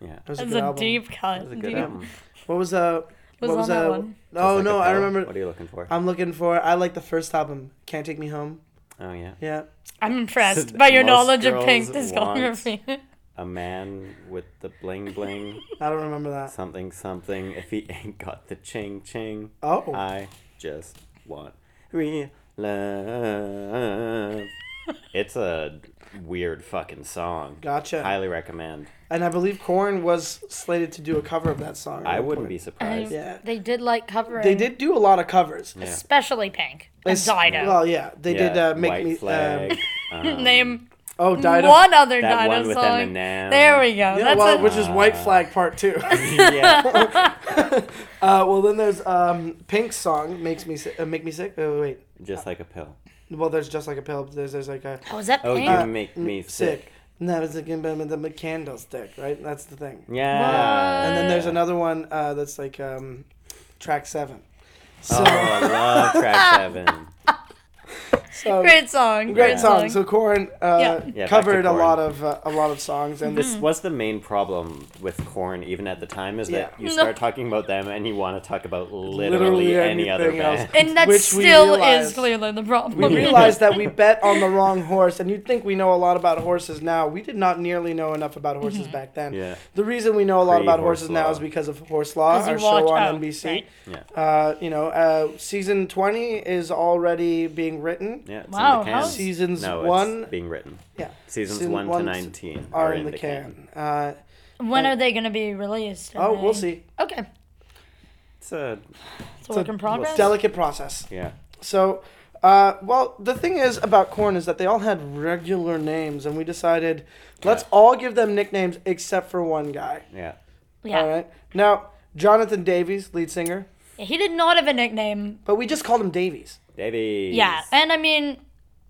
[SPEAKER 2] Yeah.
[SPEAKER 1] That was
[SPEAKER 3] That's
[SPEAKER 1] a good
[SPEAKER 3] a
[SPEAKER 1] album.
[SPEAKER 3] deep cut.
[SPEAKER 2] That was a good
[SPEAKER 3] dude.
[SPEAKER 2] album.
[SPEAKER 1] What was uh?
[SPEAKER 3] Was
[SPEAKER 1] what
[SPEAKER 3] on
[SPEAKER 1] was
[SPEAKER 3] that
[SPEAKER 1] uh,
[SPEAKER 3] one.
[SPEAKER 1] Oh
[SPEAKER 2] Just like
[SPEAKER 1] no,
[SPEAKER 2] a
[SPEAKER 1] I
[SPEAKER 2] pill.
[SPEAKER 1] remember. Uh,
[SPEAKER 2] What are you looking for?
[SPEAKER 1] I'm looking for. I like the first album. Can't take me home.
[SPEAKER 2] oh yeah.
[SPEAKER 1] Yeah.
[SPEAKER 3] I'm impressed
[SPEAKER 2] So
[SPEAKER 3] by your
[SPEAKER 2] most
[SPEAKER 3] knowledge of Pink
[SPEAKER 2] girls
[SPEAKER 3] discography.
[SPEAKER 2] A man with the bling bling,
[SPEAKER 1] I don't remember that.
[SPEAKER 2] something something. If he ain't got the ching ching,
[SPEAKER 1] Oh.
[SPEAKER 2] I just want real love. It's a weird fucking song.
[SPEAKER 1] Gotcha.
[SPEAKER 2] Highly recommend.
[SPEAKER 1] and I believe Korn was slated to do a cover of that song.
[SPEAKER 2] I wouldn't be surprised.
[SPEAKER 1] Yeah.
[SPEAKER 3] They did like covering,
[SPEAKER 1] They did do a lot of covers.
[SPEAKER 2] Yeah.
[SPEAKER 3] especially Pink and
[SPEAKER 1] It's-
[SPEAKER 3] Dido.
[SPEAKER 1] Well, yeah, they
[SPEAKER 2] Yeah,
[SPEAKER 1] did uh, make
[SPEAKER 2] White
[SPEAKER 1] me. <laughs>
[SPEAKER 2] Flag,
[SPEAKER 1] Um,
[SPEAKER 2] um,
[SPEAKER 3] Name
[SPEAKER 1] oh, Dido.
[SPEAKER 3] one other
[SPEAKER 2] that
[SPEAKER 3] Dido
[SPEAKER 2] one with
[SPEAKER 3] song.
[SPEAKER 2] Eminem.
[SPEAKER 3] There we go.
[SPEAKER 1] Yeah,
[SPEAKER 3] That's
[SPEAKER 1] well,
[SPEAKER 3] a-
[SPEAKER 1] which is White Flag Part
[SPEAKER 2] <laughs>
[SPEAKER 1] Two. uh, <laughs>
[SPEAKER 2] yeah.
[SPEAKER 1] well, then there's um, Pink's song "Makes Me Sick." Uh, Make Me Sick. Oh wait.
[SPEAKER 2] Just like a pill.
[SPEAKER 1] Well, there's just like a pill. There's there's like a
[SPEAKER 3] oh, is that
[SPEAKER 2] Oh,
[SPEAKER 3] Pink?
[SPEAKER 2] you make me sick.
[SPEAKER 1] Uh, sick. And that was like the candlestick, right? That's the thing.
[SPEAKER 2] Yeah.
[SPEAKER 1] And then there's another one uh, that's like um, track seven. So, <laughs>
[SPEAKER 2] Oh, I love track seven.
[SPEAKER 1] So,
[SPEAKER 3] Great song.
[SPEAKER 1] Great song. So Corin uh,
[SPEAKER 3] Yeah.
[SPEAKER 2] Yeah, back
[SPEAKER 1] covered
[SPEAKER 2] to
[SPEAKER 1] a
[SPEAKER 2] Corin.
[SPEAKER 1] lot of uh, a lot of songs, and
[SPEAKER 3] Hmm.
[SPEAKER 2] This was the main problem with corn, even at the time, is that
[SPEAKER 1] Yeah.
[SPEAKER 3] <laughs>
[SPEAKER 2] you
[SPEAKER 3] No.
[SPEAKER 2] start talking about them and you want to talk about literally,
[SPEAKER 1] Literally
[SPEAKER 2] any other
[SPEAKER 1] anything else.
[SPEAKER 2] band.
[SPEAKER 3] and that
[SPEAKER 1] which we
[SPEAKER 3] still
[SPEAKER 1] realized-
[SPEAKER 3] is clearly the problem. <laughs>
[SPEAKER 1] we realized that we bet on the wrong horse, and you'd think we know a lot about horses now. We did not nearly know enough about
[SPEAKER 3] Mm-hmm.
[SPEAKER 1] horses back then.
[SPEAKER 2] Yeah.
[SPEAKER 1] The reason we know a lot about
[SPEAKER 2] Pre-horse
[SPEAKER 1] horses now
[SPEAKER 2] law.
[SPEAKER 1] is because of Horse Law,
[SPEAKER 3] 'Cause you
[SPEAKER 1] our
[SPEAKER 3] watch-
[SPEAKER 1] show on
[SPEAKER 3] oh,
[SPEAKER 1] NBC.
[SPEAKER 3] right.
[SPEAKER 2] <laughs> Yeah.
[SPEAKER 1] Uh, you know, uh, season 20 is already being written.
[SPEAKER 2] Yeah, it's
[SPEAKER 3] Wow,
[SPEAKER 2] in the
[SPEAKER 3] how-
[SPEAKER 2] can.
[SPEAKER 1] Seasons
[SPEAKER 2] no,
[SPEAKER 1] one-
[SPEAKER 2] It's being written.
[SPEAKER 1] Yeah.
[SPEAKER 2] Seasons
[SPEAKER 1] Season
[SPEAKER 2] 1 to
[SPEAKER 1] one's
[SPEAKER 2] 19
[SPEAKER 1] Are in the can. Uh,
[SPEAKER 3] when are they going to be released? Are
[SPEAKER 1] oh, we'll
[SPEAKER 3] they-
[SPEAKER 1] see.
[SPEAKER 3] Okay.
[SPEAKER 2] It's a.
[SPEAKER 3] It's a work in progress.
[SPEAKER 1] Delicate process.
[SPEAKER 2] Yeah.
[SPEAKER 1] So, uh, well, the thing is about corn is that they all had regular names, and we decided let's all give them nicknames except for one guy.
[SPEAKER 2] Yeah.
[SPEAKER 3] yeah.
[SPEAKER 1] All right. Now, Jonathan Davies, lead singer,
[SPEAKER 3] He did not have a nickname.
[SPEAKER 1] but we just called him Davies.
[SPEAKER 2] Davies.
[SPEAKER 3] Yeah. And I mean,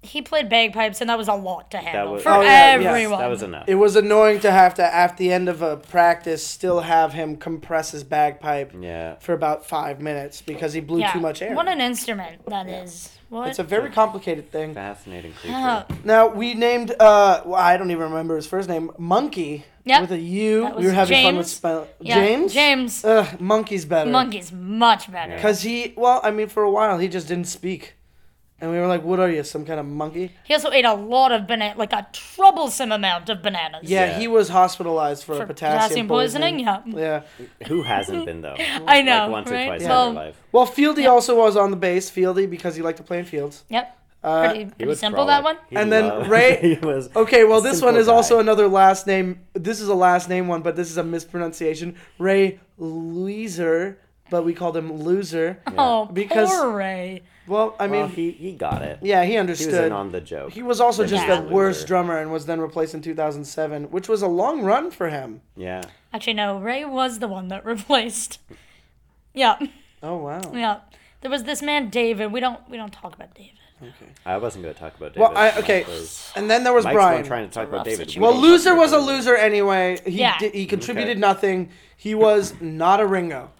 [SPEAKER 3] he played bagpipes, and that was a lot to handle
[SPEAKER 2] was-
[SPEAKER 3] for
[SPEAKER 2] Oh,
[SPEAKER 1] yeah, yes,
[SPEAKER 3] everyone.
[SPEAKER 2] That was enough.
[SPEAKER 1] It was annoying to have to, at the end of a practice, still have him compress his bagpipe
[SPEAKER 2] yeah.
[SPEAKER 1] for about five minutes because he blew
[SPEAKER 3] yeah.
[SPEAKER 1] too much air.
[SPEAKER 3] What an instrument that is. What? Uh-huh.
[SPEAKER 1] it's a very complicated thing.
[SPEAKER 3] <gasps>
[SPEAKER 2] Fascinating creature.
[SPEAKER 3] Yeah.
[SPEAKER 1] Now we named uh well, I don't even remember his first name. Monkey
[SPEAKER 3] Yep.
[SPEAKER 1] with a U.
[SPEAKER 3] That
[SPEAKER 1] we were
[SPEAKER 3] was
[SPEAKER 1] having fun
[SPEAKER 3] James.
[SPEAKER 1] with spell
[SPEAKER 3] Yeah,
[SPEAKER 1] James.
[SPEAKER 3] James. Uh,
[SPEAKER 1] Ugh, monkey's better.
[SPEAKER 3] Monkey's much better.
[SPEAKER 1] Cause he well, I mean for a while he just didn't speak. And we were like, What are you, some kind of monkey?
[SPEAKER 3] He also ate a lot of banana, like a troublesome amount of bananas.
[SPEAKER 1] Yeah,
[SPEAKER 2] Yeah.
[SPEAKER 1] he was hospitalized for,
[SPEAKER 3] For
[SPEAKER 1] potassium,
[SPEAKER 3] potassium poisoning,
[SPEAKER 1] poisoning. Yeah.
[SPEAKER 2] Who hasn't been, though?
[SPEAKER 3] <laughs> I know,
[SPEAKER 2] Like once
[SPEAKER 3] right?
[SPEAKER 2] or twice
[SPEAKER 3] Well,
[SPEAKER 2] in your life.
[SPEAKER 1] Well Fieldy also was on the base, Fieldy, because he liked to play in fields.
[SPEAKER 3] Yep.
[SPEAKER 1] Uh,
[SPEAKER 3] pretty pretty
[SPEAKER 2] would
[SPEAKER 3] simple that one.
[SPEAKER 2] frolic. He
[SPEAKER 1] And then
[SPEAKER 2] loved-
[SPEAKER 1] Ray-
[SPEAKER 2] <laughs> he was
[SPEAKER 1] Okay, well
[SPEAKER 2] a
[SPEAKER 1] this
[SPEAKER 2] simple
[SPEAKER 1] one is
[SPEAKER 2] guy.
[SPEAKER 1] also another last name this is a last name one, but this is a mispronunciation. Ray Loser, but we called him loser.
[SPEAKER 3] Oh,
[SPEAKER 1] Because-
[SPEAKER 3] poor Ray.
[SPEAKER 1] Well, I mean
[SPEAKER 2] Well, he, he got it.
[SPEAKER 1] Yeah, he
[SPEAKER 2] He
[SPEAKER 1] understood.
[SPEAKER 2] was in on the joke.
[SPEAKER 1] He was also
[SPEAKER 2] When
[SPEAKER 1] just
[SPEAKER 2] he was
[SPEAKER 1] the
[SPEAKER 2] a
[SPEAKER 1] worst
[SPEAKER 2] loser.
[SPEAKER 1] drummer and was then replaced in 2007, which was a long run for him.
[SPEAKER 2] Yeah.
[SPEAKER 3] Actually, no. Ray was the one that <laughs> replaced. Yeah,
[SPEAKER 1] Oh wow.
[SPEAKER 3] yeah. There was this man David. We don't we don't talk about David. <laughs>
[SPEAKER 2] I wasn't going to talk about David.
[SPEAKER 1] Well, I
[SPEAKER 2] Mike
[SPEAKER 1] okay,
[SPEAKER 2] was-
[SPEAKER 1] and then there was
[SPEAKER 2] Mike's the one
[SPEAKER 1] Brian.
[SPEAKER 2] trying to talk about
[SPEAKER 3] rough
[SPEAKER 2] David. We
[SPEAKER 3] situation.
[SPEAKER 1] well,
[SPEAKER 2] don't talk
[SPEAKER 1] loser
[SPEAKER 2] about
[SPEAKER 1] was a
[SPEAKER 2] David.
[SPEAKER 1] loser anyway. He
[SPEAKER 3] Yeah.
[SPEAKER 1] did, he contributed nothing. He was not a Ringo.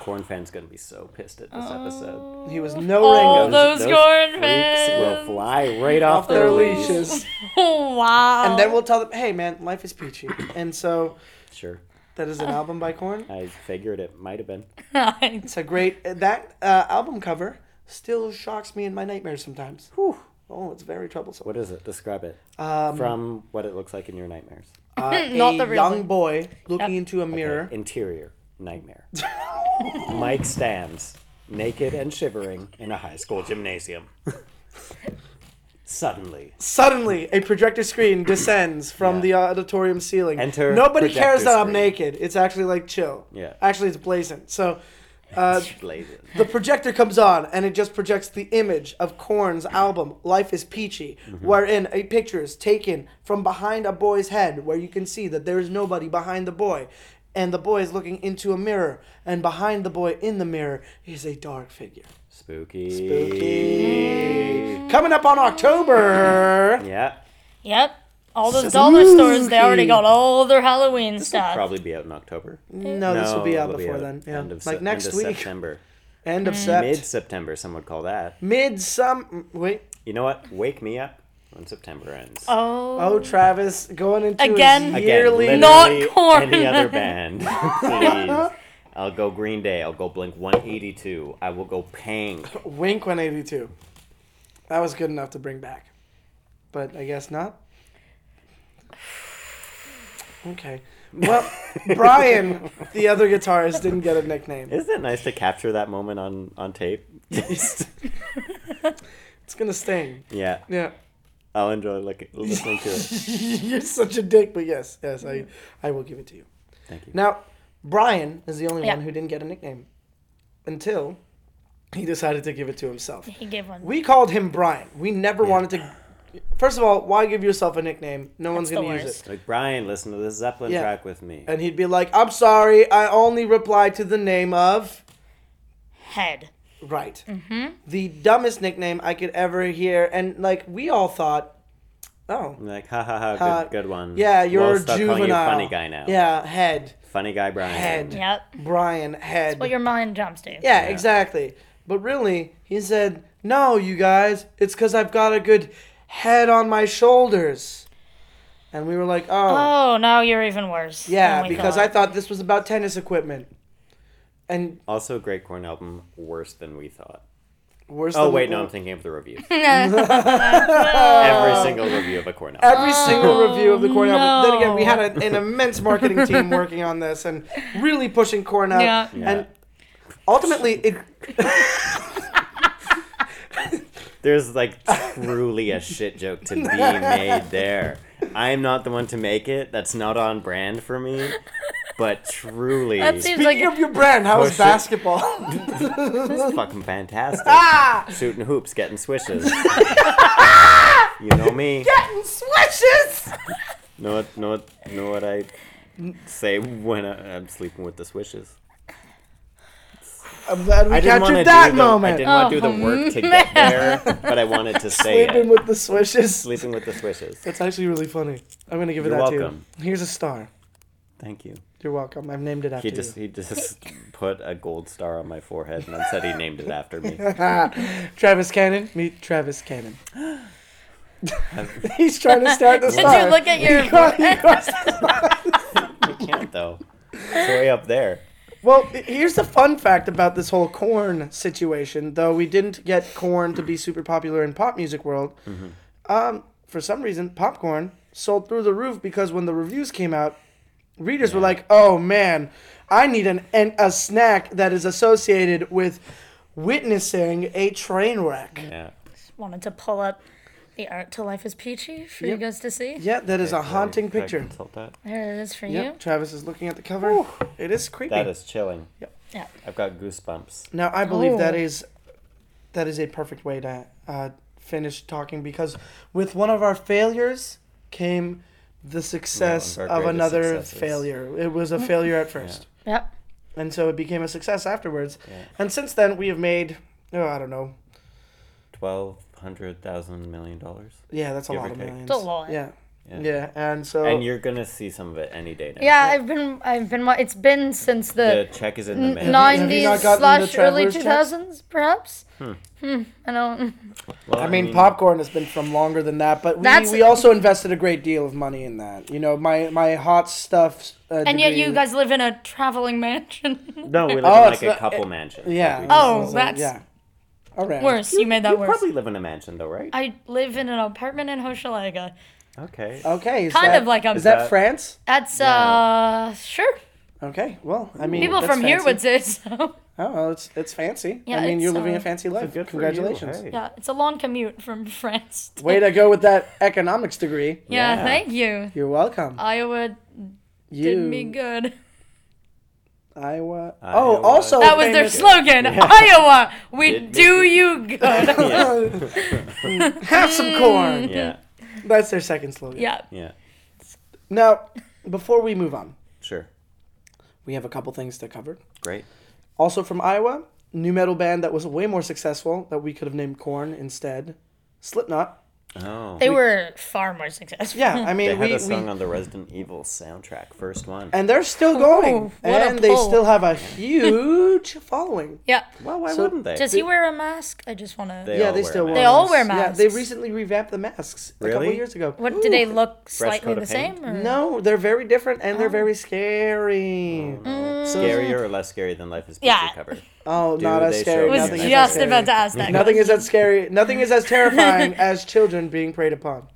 [SPEAKER 2] Corn fans going to be so pissed at this episode.
[SPEAKER 1] He was no
[SPEAKER 3] All
[SPEAKER 1] Ringo.
[SPEAKER 3] Oh, those corn
[SPEAKER 2] freaks will
[SPEAKER 3] fans.
[SPEAKER 2] fly right off
[SPEAKER 1] off their
[SPEAKER 2] their leash.
[SPEAKER 1] leashes.
[SPEAKER 3] Oh, wow.
[SPEAKER 1] And
[SPEAKER 3] <laughs>
[SPEAKER 1] then we'll tell them, hey man, life is peachy. And so
[SPEAKER 2] Sure.
[SPEAKER 1] that is an album by Korn.
[SPEAKER 2] I figured it might have been.
[SPEAKER 1] It's a great that uh, album cover still shocks me in my nightmares sometimes. Whew. Oh, it's very troublesome.
[SPEAKER 2] What is it? Describe it. Um, From what it looks like in your nightmares.
[SPEAKER 1] Uh,
[SPEAKER 3] Not
[SPEAKER 1] a
[SPEAKER 3] the real
[SPEAKER 1] young
[SPEAKER 3] one.
[SPEAKER 1] boy looking into a mirror.
[SPEAKER 2] Interior
[SPEAKER 1] <laughs>
[SPEAKER 2] nightmare. Mike stands naked and shivering in a high
[SPEAKER 1] <laughs>
[SPEAKER 2] school gymnasium. Suddenly,
[SPEAKER 1] Suddenly, a projector screen descends from
[SPEAKER 2] Yeah.
[SPEAKER 1] the auditorium ceiling.
[SPEAKER 2] Enter
[SPEAKER 1] Nobody cares
[SPEAKER 2] projector
[SPEAKER 1] that I'm
[SPEAKER 2] screen.
[SPEAKER 1] naked. It's actually like chill.
[SPEAKER 2] Yeah.
[SPEAKER 1] Actually, it's blazing. So, uh,
[SPEAKER 2] blazing.
[SPEAKER 1] the projector comes on and it just projects the image of Korn's album Life is Peachy,
[SPEAKER 2] Mm-hmm.
[SPEAKER 1] wherein a picture is taken from behind a boy's head where you can see that there is nobody behind the boy. And the boy is looking into a mirror, and behind the boy in the mirror is a dark figure.
[SPEAKER 2] Spooky.
[SPEAKER 1] Spooky. Coming up on October.
[SPEAKER 2] Yeah.
[SPEAKER 3] Yep. All those dollar stores, they already
[SPEAKER 1] Spooky.
[SPEAKER 3] got all their Halloween
[SPEAKER 2] It'll
[SPEAKER 3] stuff.
[SPEAKER 2] probably be out in October.
[SPEAKER 1] No, Oh, this will be out
[SPEAKER 2] it'll
[SPEAKER 1] before
[SPEAKER 2] out
[SPEAKER 1] then. Yeah.
[SPEAKER 2] End of
[SPEAKER 1] like
[SPEAKER 2] Sep-
[SPEAKER 1] next
[SPEAKER 2] end of
[SPEAKER 1] week. <laughs>
[SPEAKER 2] September.
[SPEAKER 1] End of Sept.
[SPEAKER 2] Mid September, some would call that.
[SPEAKER 1] Mid some wait.
[SPEAKER 2] You know what? Wake me up when September ends.
[SPEAKER 3] oh.
[SPEAKER 1] Oh, Travis, going into
[SPEAKER 3] Again?
[SPEAKER 1] his
[SPEAKER 3] Again,
[SPEAKER 2] Again,
[SPEAKER 1] yearly.
[SPEAKER 2] literally
[SPEAKER 3] Not corn.
[SPEAKER 1] <laughs>
[SPEAKER 2] Any other band, <laughs> please. I'll go Green Day. I'll go Blink 182. I will go Pang. <laughs>
[SPEAKER 1] Wink 182. That was good enough to bring back, but I guess not. Okay. Well, Brian, the other guitarist, didn't get a nickname.
[SPEAKER 2] Isn't it nice to capture that moment on on tape? Just-
[SPEAKER 1] <laughs> It's gonna sting.
[SPEAKER 2] yeah,
[SPEAKER 1] Yeah.
[SPEAKER 2] I'll enjoy looking, listening to
[SPEAKER 1] <laughs>
[SPEAKER 2] it.
[SPEAKER 1] You're such a dick, but yes, yes, I, I will give it to you.
[SPEAKER 2] Mm-hmm. Thank you.
[SPEAKER 1] Now, Brian is the only
[SPEAKER 3] Yeah.
[SPEAKER 1] one who didn't get a nickname until he decided to give it to himself.
[SPEAKER 3] He gave one.
[SPEAKER 1] We called him Brian. We never wanted to. First of all, why give yourself a nickname? No one's
[SPEAKER 3] That's the
[SPEAKER 1] going to use
[SPEAKER 3] worst.
[SPEAKER 1] it.
[SPEAKER 2] Like Brian, listen to this Zeppelin
[SPEAKER 1] Yeah.
[SPEAKER 2] track with me.
[SPEAKER 1] And he'd be like, I'm sorry, I only replied to the name of.
[SPEAKER 3] Head.
[SPEAKER 1] Right. Mm-hmm. The dumbest nickname I could ever hear. And, like, we all thought, oh.
[SPEAKER 2] I'm like, ha ha ha, good,
[SPEAKER 1] uh,
[SPEAKER 2] good one.
[SPEAKER 1] Yeah, you're
[SPEAKER 2] we'll
[SPEAKER 1] a
[SPEAKER 2] start
[SPEAKER 1] juvenile.
[SPEAKER 2] calling you funny guy now.
[SPEAKER 1] Yeah, head.
[SPEAKER 2] funny guy Brian.
[SPEAKER 1] Head.
[SPEAKER 3] Yep.
[SPEAKER 1] Brian, head.
[SPEAKER 3] What your mind jumps to.
[SPEAKER 1] Yeah, exactly. But really, he said, No, you guys, it's because I've got a good head on my shoulders. And we were like, Oh,
[SPEAKER 3] Oh, now you're even worse. Oh
[SPEAKER 1] yeah,
[SPEAKER 3] than we
[SPEAKER 1] because I
[SPEAKER 3] thought.
[SPEAKER 1] thought this was about tennis equipment. And
[SPEAKER 2] Also, Great Corn album, worse than we thought.
[SPEAKER 1] worse
[SPEAKER 2] Oh
[SPEAKER 1] than
[SPEAKER 2] wait, no, I'm thinking of the
[SPEAKER 3] <laughs>
[SPEAKER 2] review.
[SPEAKER 1] <laughs>
[SPEAKER 2] Every single review of a corn album.
[SPEAKER 1] Every single review of the corn album. Then again, we
[SPEAKER 3] Oh, no.
[SPEAKER 1] had an, an immense marketing
[SPEAKER 3] <laughs>
[SPEAKER 1] team working on this and really pushing corn out.
[SPEAKER 3] Yeah.
[SPEAKER 2] Yeah.
[SPEAKER 1] And ultimately, it
[SPEAKER 2] There's like truly a shit joke
[SPEAKER 1] <laughs>
[SPEAKER 2] to be made there. I'm not the one to make it. That's not on brand for me. But truly,
[SPEAKER 3] that seems like
[SPEAKER 1] Speaking of your brand, how
[SPEAKER 2] Oh,
[SPEAKER 1] is
[SPEAKER 2] shit.
[SPEAKER 1] basketball? <laughs>
[SPEAKER 2] it's fucking fantastic.
[SPEAKER 1] ah,
[SPEAKER 2] Shooting hoops,
[SPEAKER 1] <laughs>
[SPEAKER 2] getting swishes. you know me.
[SPEAKER 1] getting swishes.
[SPEAKER 2] Know what? Know what? Know what I say when I, I'm sleeping with the swishes.
[SPEAKER 1] I'm glad we
[SPEAKER 2] I didn't want to
[SPEAKER 1] captured
[SPEAKER 2] do
[SPEAKER 1] that
[SPEAKER 2] the, I
[SPEAKER 1] moment.
[SPEAKER 2] didn't want to do the
[SPEAKER 3] Uh-huh.
[SPEAKER 2] work to get there,
[SPEAKER 3] <laughs>
[SPEAKER 2] but I wanted to say
[SPEAKER 1] Sleeping
[SPEAKER 2] it.
[SPEAKER 1] with the swishes.
[SPEAKER 2] Sleeping with the swishes.
[SPEAKER 1] That's actually really funny. I'm gonna give it
[SPEAKER 2] You're
[SPEAKER 1] that
[SPEAKER 2] welcome.
[SPEAKER 1] to you. Here's a star.
[SPEAKER 2] Thank you.
[SPEAKER 1] You're welcome. I've named it after
[SPEAKER 2] He just
[SPEAKER 1] you. <laughs>
[SPEAKER 2] he just put a gold star on my forehead and then said he named it after me.
[SPEAKER 1] Travis Cannon, meet Travis Cannon. <laughs> He's trying to start the
[SPEAKER 3] Did
[SPEAKER 1] star. <laughs>
[SPEAKER 3] you look at your?
[SPEAKER 1] He cro- he crossed the line.
[SPEAKER 2] I can't though. It's way up there.
[SPEAKER 1] Well, here's the fun fact about this whole corn situation. Though we didn't get corn to be super popular in pop music world, um, for some reason, popcorn sold through the roof because when the reviews came out, readers were like, "Oh man, I need an, an a snack that is associated with witnessing a train wreck."
[SPEAKER 2] Yeah.
[SPEAKER 3] Wanted to pull up the art to life is peachy for you guys to see.
[SPEAKER 1] Yeah, that is a haunting
[SPEAKER 2] Can I
[SPEAKER 1] picture.
[SPEAKER 2] consult that?
[SPEAKER 3] There it is for
[SPEAKER 1] Yep, Travis is looking at the cover. It is creepy.
[SPEAKER 2] That is chilling.
[SPEAKER 3] you. Yeah.
[SPEAKER 2] I've got goosebumps.
[SPEAKER 1] Now I believe that
[SPEAKER 3] Oh.
[SPEAKER 1] is that is a perfect way to uh, finish talking because with one of our failures came the success
[SPEAKER 2] Yeah, one of our
[SPEAKER 1] of
[SPEAKER 2] greatest
[SPEAKER 1] another
[SPEAKER 2] successes.
[SPEAKER 1] failure. It was a
[SPEAKER 3] Mm.
[SPEAKER 1] failure at first,
[SPEAKER 3] Yep.
[SPEAKER 1] and so it became a success afterwards.
[SPEAKER 2] Yeah.
[SPEAKER 1] And since then, we have made oh I don't know,
[SPEAKER 2] Twelve hundred thousand million dollars.
[SPEAKER 1] yeah, that's a
[SPEAKER 2] Give or
[SPEAKER 1] lot of
[SPEAKER 2] take.
[SPEAKER 1] millions.
[SPEAKER 3] It's a lot.
[SPEAKER 1] Yeah.
[SPEAKER 2] Yeah.
[SPEAKER 1] yeah, and so
[SPEAKER 2] And you're gonna see some of it any day now.
[SPEAKER 3] Yeah, I've been, I've been. wa- It's been since
[SPEAKER 2] The
[SPEAKER 3] the
[SPEAKER 2] check is in the mail.
[SPEAKER 1] Have you
[SPEAKER 3] nineties
[SPEAKER 1] not gotten the
[SPEAKER 3] slash early
[SPEAKER 1] traveler's
[SPEAKER 3] two
[SPEAKER 1] checks?
[SPEAKER 3] thousands, perhaps. Hmm. I know.
[SPEAKER 2] Well,
[SPEAKER 1] I mean, popcorn has been from longer than that, but we,
[SPEAKER 3] That's-
[SPEAKER 1] we also invested a great deal of money in that. You know, my my hot stuff. Uh,
[SPEAKER 3] <laughs> And yet you
[SPEAKER 1] degree-
[SPEAKER 3] guys live in a traveling mansion.
[SPEAKER 2] No, we live
[SPEAKER 1] Oh,
[SPEAKER 2] in
[SPEAKER 1] it's
[SPEAKER 2] like a
[SPEAKER 1] not-
[SPEAKER 2] couple mansion.
[SPEAKER 1] Yeah.
[SPEAKER 2] Like, we-
[SPEAKER 3] Oh,
[SPEAKER 1] So,
[SPEAKER 3] that's
[SPEAKER 1] yeah. All right.
[SPEAKER 3] worse. You made that
[SPEAKER 2] you
[SPEAKER 3] worse.
[SPEAKER 2] probably live in a mansion though, right?
[SPEAKER 3] I live in an apartment in Hochelaga.
[SPEAKER 2] Okay.
[SPEAKER 1] Okay. is
[SPEAKER 3] Kind
[SPEAKER 1] that-
[SPEAKER 3] of like I'm-
[SPEAKER 1] Is that
[SPEAKER 2] That-
[SPEAKER 1] France?
[SPEAKER 3] That's uh sure.
[SPEAKER 1] Okay. Well, I mean,
[SPEAKER 3] People
[SPEAKER 1] that's
[SPEAKER 3] from here
[SPEAKER 1] fancy.
[SPEAKER 3] would say so. <laughs>
[SPEAKER 1] Oh, well, it's it's fancy.
[SPEAKER 3] Yeah,
[SPEAKER 1] I mean,
[SPEAKER 3] it's,
[SPEAKER 1] you're living
[SPEAKER 3] uh,
[SPEAKER 1] a fancy
[SPEAKER 2] So
[SPEAKER 1] life.
[SPEAKER 2] good for you,
[SPEAKER 1] Congratulations.
[SPEAKER 2] hey.
[SPEAKER 3] Yeah, it's a long commute from <laughs> France. to-
[SPEAKER 1] Way to go with that economics degree.
[SPEAKER 3] yeah,
[SPEAKER 2] Yeah.
[SPEAKER 3] thank you.
[SPEAKER 1] You're welcome.
[SPEAKER 3] Iowa
[SPEAKER 1] you
[SPEAKER 3] did me good.
[SPEAKER 1] Iowa.
[SPEAKER 2] Iowa.
[SPEAKER 1] Oh, also
[SPEAKER 3] That was their
[SPEAKER 1] famous- <laughs>
[SPEAKER 3] slogan. Iowa, we
[SPEAKER 2] Did me
[SPEAKER 3] do you good. <laughs>
[SPEAKER 1] Have some corn.
[SPEAKER 2] Yeah.
[SPEAKER 1] That's their second slogan.
[SPEAKER 3] yeah.
[SPEAKER 2] Yeah.
[SPEAKER 1] Now, before we move on,
[SPEAKER 2] Sure.
[SPEAKER 1] we have a couple things to cover.
[SPEAKER 2] Great.
[SPEAKER 1] Also from Iowa, new metal band that was way more successful that we could have named Corn instead, Slipknot.
[SPEAKER 2] Oh.
[SPEAKER 3] They were far more successful. <laughs>
[SPEAKER 1] Yeah, I
[SPEAKER 2] They
[SPEAKER 1] mean,
[SPEAKER 2] had
[SPEAKER 1] we,
[SPEAKER 2] a song
[SPEAKER 1] we
[SPEAKER 2] on the Resident Evil soundtrack, first one.
[SPEAKER 1] and they're
[SPEAKER 3] <laughs>
[SPEAKER 1] still going,
[SPEAKER 3] Ooh, what a
[SPEAKER 1] and they
[SPEAKER 3] pull.
[SPEAKER 1] still have a huge <laughs> following.
[SPEAKER 3] Yeah.
[SPEAKER 2] well, why
[SPEAKER 1] so-
[SPEAKER 2] wouldn't they?
[SPEAKER 3] Does he wear a mask? I just want to.
[SPEAKER 2] They
[SPEAKER 1] yeah,
[SPEAKER 2] all
[SPEAKER 1] they
[SPEAKER 2] wear
[SPEAKER 1] still
[SPEAKER 2] masks.
[SPEAKER 1] wear
[SPEAKER 3] They all wear
[SPEAKER 1] Yeah, they
[SPEAKER 3] masks.
[SPEAKER 1] recently revamped the masks a couple
[SPEAKER 2] Really?
[SPEAKER 1] years ago.
[SPEAKER 3] What do they
[SPEAKER 1] Ooh.
[SPEAKER 3] look slightly
[SPEAKER 2] coat
[SPEAKER 3] the
[SPEAKER 2] of paint?
[SPEAKER 3] same? Or?
[SPEAKER 1] <gasps> No, they're very different, and
[SPEAKER 3] Oh.
[SPEAKER 1] they're very scary.
[SPEAKER 2] Mm.
[SPEAKER 1] So-
[SPEAKER 2] Scarier or
[SPEAKER 1] Mm.
[SPEAKER 2] less scary than Life is Picture
[SPEAKER 3] Yeah.
[SPEAKER 2] Cover?
[SPEAKER 1] Oh,
[SPEAKER 2] Do
[SPEAKER 1] not as
[SPEAKER 2] they
[SPEAKER 1] scary.
[SPEAKER 2] show
[SPEAKER 3] I was
[SPEAKER 1] Nothing is as
[SPEAKER 3] just
[SPEAKER 1] scary.
[SPEAKER 3] about to ask that.
[SPEAKER 1] Nothing is as scary. Nothing
[SPEAKER 3] <laughs>
[SPEAKER 1] is as terrifying as children being preyed upon.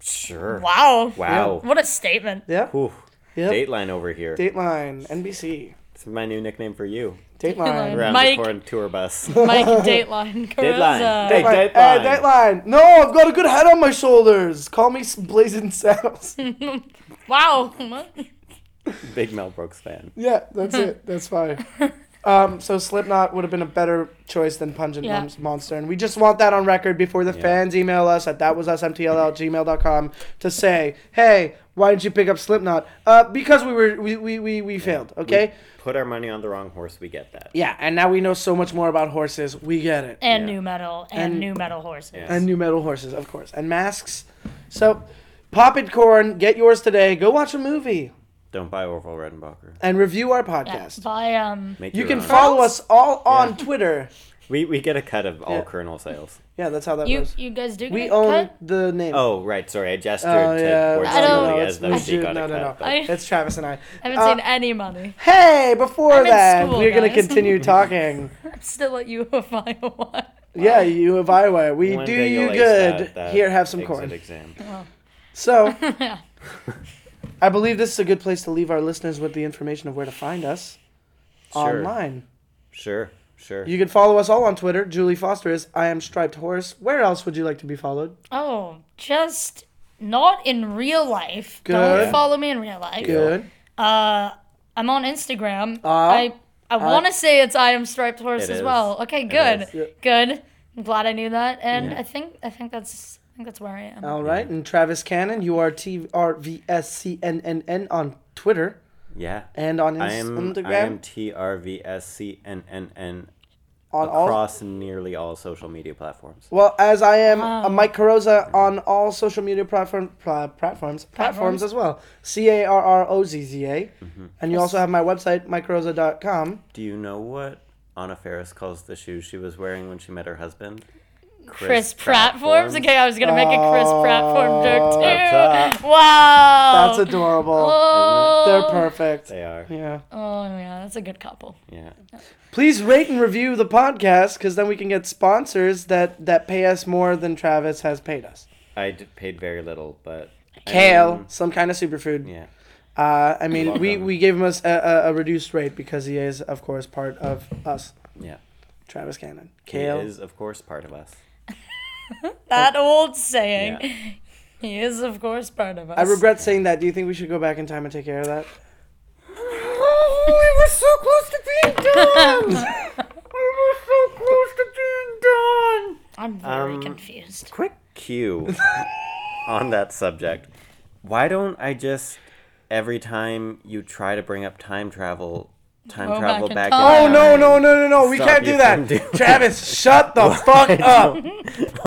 [SPEAKER 2] Sure.
[SPEAKER 3] Wow.
[SPEAKER 2] Wow.
[SPEAKER 3] What a statement.
[SPEAKER 1] Yeah.
[SPEAKER 2] Oof.
[SPEAKER 1] Yep.
[SPEAKER 2] Dateline over here.
[SPEAKER 1] Dateline, NBC.
[SPEAKER 2] This is my new nickname for you.
[SPEAKER 1] Dateline.
[SPEAKER 2] Around
[SPEAKER 3] Mike.
[SPEAKER 2] the corn tour
[SPEAKER 1] <laughs>
[SPEAKER 2] bus.
[SPEAKER 3] Mike Dateline.
[SPEAKER 2] Dateline.
[SPEAKER 3] Carrozza.
[SPEAKER 2] Hey,
[SPEAKER 1] Like,
[SPEAKER 2] Dateline.
[SPEAKER 1] Hey, Dateline. No, I've got a good head on my shoulders. Call me S- Blazing Saddles.
[SPEAKER 3] Wow.
[SPEAKER 2] <laughs>
[SPEAKER 3] What?
[SPEAKER 2] Big Mel Brooks fan.
[SPEAKER 1] yeah, that's
[SPEAKER 3] <laughs>
[SPEAKER 1] it. That's fine. Um, so Slipknot would have been a better choice than Pungent
[SPEAKER 3] Yeah.
[SPEAKER 1] Mon- Monster, and we just want that on record before the fans email us at thatwasusmtll@gmail.com to say, hey, why didn't you pick up Slipknot? Uh, because we were we we we, we failed. Okay.
[SPEAKER 2] Put our money on the wrong horse, we get that.
[SPEAKER 1] yeah, and now we know so much more about horses. We get it.
[SPEAKER 3] And new metal. And,
[SPEAKER 1] And-
[SPEAKER 3] new metal horses.
[SPEAKER 2] Yeah.
[SPEAKER 1] And new metal horses, of course, and masks. So, pop it corn. Get yours today. Go watch a movie.
[SPEAKER 2] Don't buy Orville Redenbacher.
[SPEAKER 1] and review our
[SPEAKER 3] Yeah,
[SPEAKER 1] podcast.
[SPEAKER 3] by um,
[SPEAKER 2] Make
[SPEAKER 1] You
[SPEAKER 2] your
[SPEAKER 1] can
[SPEAKER 2] own.
[SPEAKER 1] follow us all on
[SPEAKER 2] Yeah.
[SPEAKER 1] Twitter.
[SPEAKER 2] We we get a cut of all
[SPEAKER 1] Yeah.
[SPEAKER 2] Colonel sales.
[SPEAKER 1] Yeah, that's how that
[SPEAKER 3] you
[SPEAKER 1] goes.
[SPEAKER 3] you guys do
[SPEAKER 1] We
[SPEAKER 3] get
[SPEAKER 1] own
[SPEAKER 3] cut?
[SPEAKER 1] the name.
[SPEAKER 2] Oh right, sorry, I gestured
[SPEAKER 1] Oh, yeah.
[SPEAKER 2] to Borges
[SPEAKER 3] I don't-
[SPEAKER 2] Julie
[SPEAKER 3] No,
[SPEAKER 2] as
[SPEAKER 1] it's
[SPEAKER 2] though she
[SPEAKER 1] legit.
[SPEAKER 2] got
[SPEAKER 1] No,
[SPEAKER 2] a
[SPEAKER 1] no,
[SPEAKER 2] cut.
[SPEAKER 1] no.
[SPEAKER 2] but-
[SPEAKER 3] I,
[SPEAKER 1] It's Travis and I.
[SPEAKER 3] I haven't
[SPEAKER 1] uh,
[SPEAKER 3] seen any money. <laughs>
[SPEAKER 1] Hey, before
[SPEAKER 3] I'm in
[SPEAKER 1] that,
[SPEAKER 3] school,
[SPEAKER 1] we're going to
[SPEAKER 3] guys. <laughs>
[SPEAKER 1] continue talking.
[SPEAKER 3] I'm still at U of <laughs> Iowa.
[SPEAKER 1] yeah, you of Iowa. We
[SPEAKER 2] One
[SPEAKER 1] do
[SPEAKER 2] day
[SPEAKER 1] you
[SPEAKER 2] you'll ace
[SPEAKER 1] good.
[SPEAKER 2] that- that
[SPEAKER 1] Here, have some
[SPEAKER 2] exit
[SPEAKER 1] corn.
[SPEAKER 2] Exam.
[SPEAKER 3] <laughs>
[SPEAKER 1] So, I believe this is a good place to leave our listeners with the information of where to find us
[SPEAKER 2] Sure.
[SPEAKER 1] online.
[SPEAKER 2] Sure, sure.
[SPEAKER 1] You can follow us all on Twitter. Julie Foster is I am Striped Horse. Where else would you like to be followed?
[SPEAKER 3] Oh, just not in real life.
[SPEAKER 1] Good.
[SPEAKER 3] Don't follow me in real life.
[SPEAKER 1] Good.
[SPEAKER 2] Mm-hmm.
[SPEAKER 3] Uh, I'm on Instagram.
[SPEAKER 1] Uh,
[SPEAKER 3] I I want to say it's I am striped horse
[SPEAKER 2] It
[SPEAKER 3] as
[SPEAKER 2] is.
[SPEAKER 3] well. Okay,
[SPEAKER 2] It
[SPEAKER 3] good,
[SPEAKER 2] is.
[SPEAKER 1] Yeah.
[SPEAKER 3] good. I'm glad I knew that, and
[SPEAKER 2] Yeah.
[SPEAKER 3] I think I think that's I think that's where I am.
[SPEAKER 1] All right. And Travis Cannon, you are T R V S C N N N on Twitter
[SPEAKER 2] Yeah.
[SPEAKER 1] and on
[SPEAKER 2] I am
[SPEAKER 1] Instagram.
[SPEAKER 2] I am T R V S C N N N
[SPEAKER 1] on all.
[SPEAKER 2] across nearly all social media platforms.
[SPEAKER 1] Well, as I am uh,
[SPEAKER 3] Um.
[SPEAKER 1] Mike Carroza on all social media platform, pla- platforms, platforms
[SPEAKER 3] Platforms.
[SPEAKER 1] as well. C A R R O Z Z A.
[SPEAKER 2] Mm-hmm.
[SPEAKER 1] And you also have my website, mikecaroza.com.
[SPEAKER 2] Do you know what Anna Ferris calls the shoes she was wearing when she met her husband?
[SPEAKER 3] Chris Pratt forms. Okay, I was gonna make a Chris Pratt form
[SPEAKER 2] That's
[SPEAKER 3] joke too. Wow.
[SPEAKER 1] Oh. That's adorable.
[SPEAKER 3] Oh.
[SPEAKER 1] They're perfect.
[SPEAKER 2] They are.
[SPEAKER 1] Yeah.
[SPEAKER 3] Oh yeah, that's a good couple.
[SPEAKER 2] Yeah.
[SPEAKER 1] Please rate and review the podcast because then we can get sponsors that, that pay us more than Travis has paid us.
[SPEAKER 2] I d- paid very little, but I
[SPEAKER 1] Kale,
[SPEAKER 2] mean,
[SPEAKER 1] some kind of superfood.
[SPEAKER 2] yeah.
[SPEAKER 1] Uh, I mean, we,
[SPEAKER 2] Welcome.
[SPEAKER 1] we gave him us a, a, a reduced rate because he is, of course, part of us.
[SPEAKER 2] Yeah.
[SPEAKER 1] Travis Cannon.
[SPEAKER 2] Kale
[SPEAKER 1] Kale.
[SPEAKER 2] is of course part of us.
[SPEAKER 3] That old saying.
[SPEAKER 2] Yeah.
[SPEAKER 3] <laughs> He is of course part of us.
[SPEAKER 1] I regret saying that. Do you think we should go back in time and take care of that?
[SPEAKER 3] I'm very
[SPEAKER 2] Um,
[SPEAKER 3] confused.
[SPEAKER 2] Quick cue on that subject. Why don't I just every time you try to bring up time travel, time
[SPEAKER 3] Go
[SPEAKER 2] travel
[SPEAKER 3] back in
[SPEAKER 2] back?
[SPEAKER 3] time.
[SPEAKER 1] Oh no no no no no! We
[SPEAKER 2] Stop
[SPEAKER 1] can't
[SPEAKER 2] you
[SPEAKER 1] do
[SPEAKER 2] from
[SPEAKER 1] that.
[SPEAKER 2] doing
[SPEAKER 1] Travis, shut the fuck up.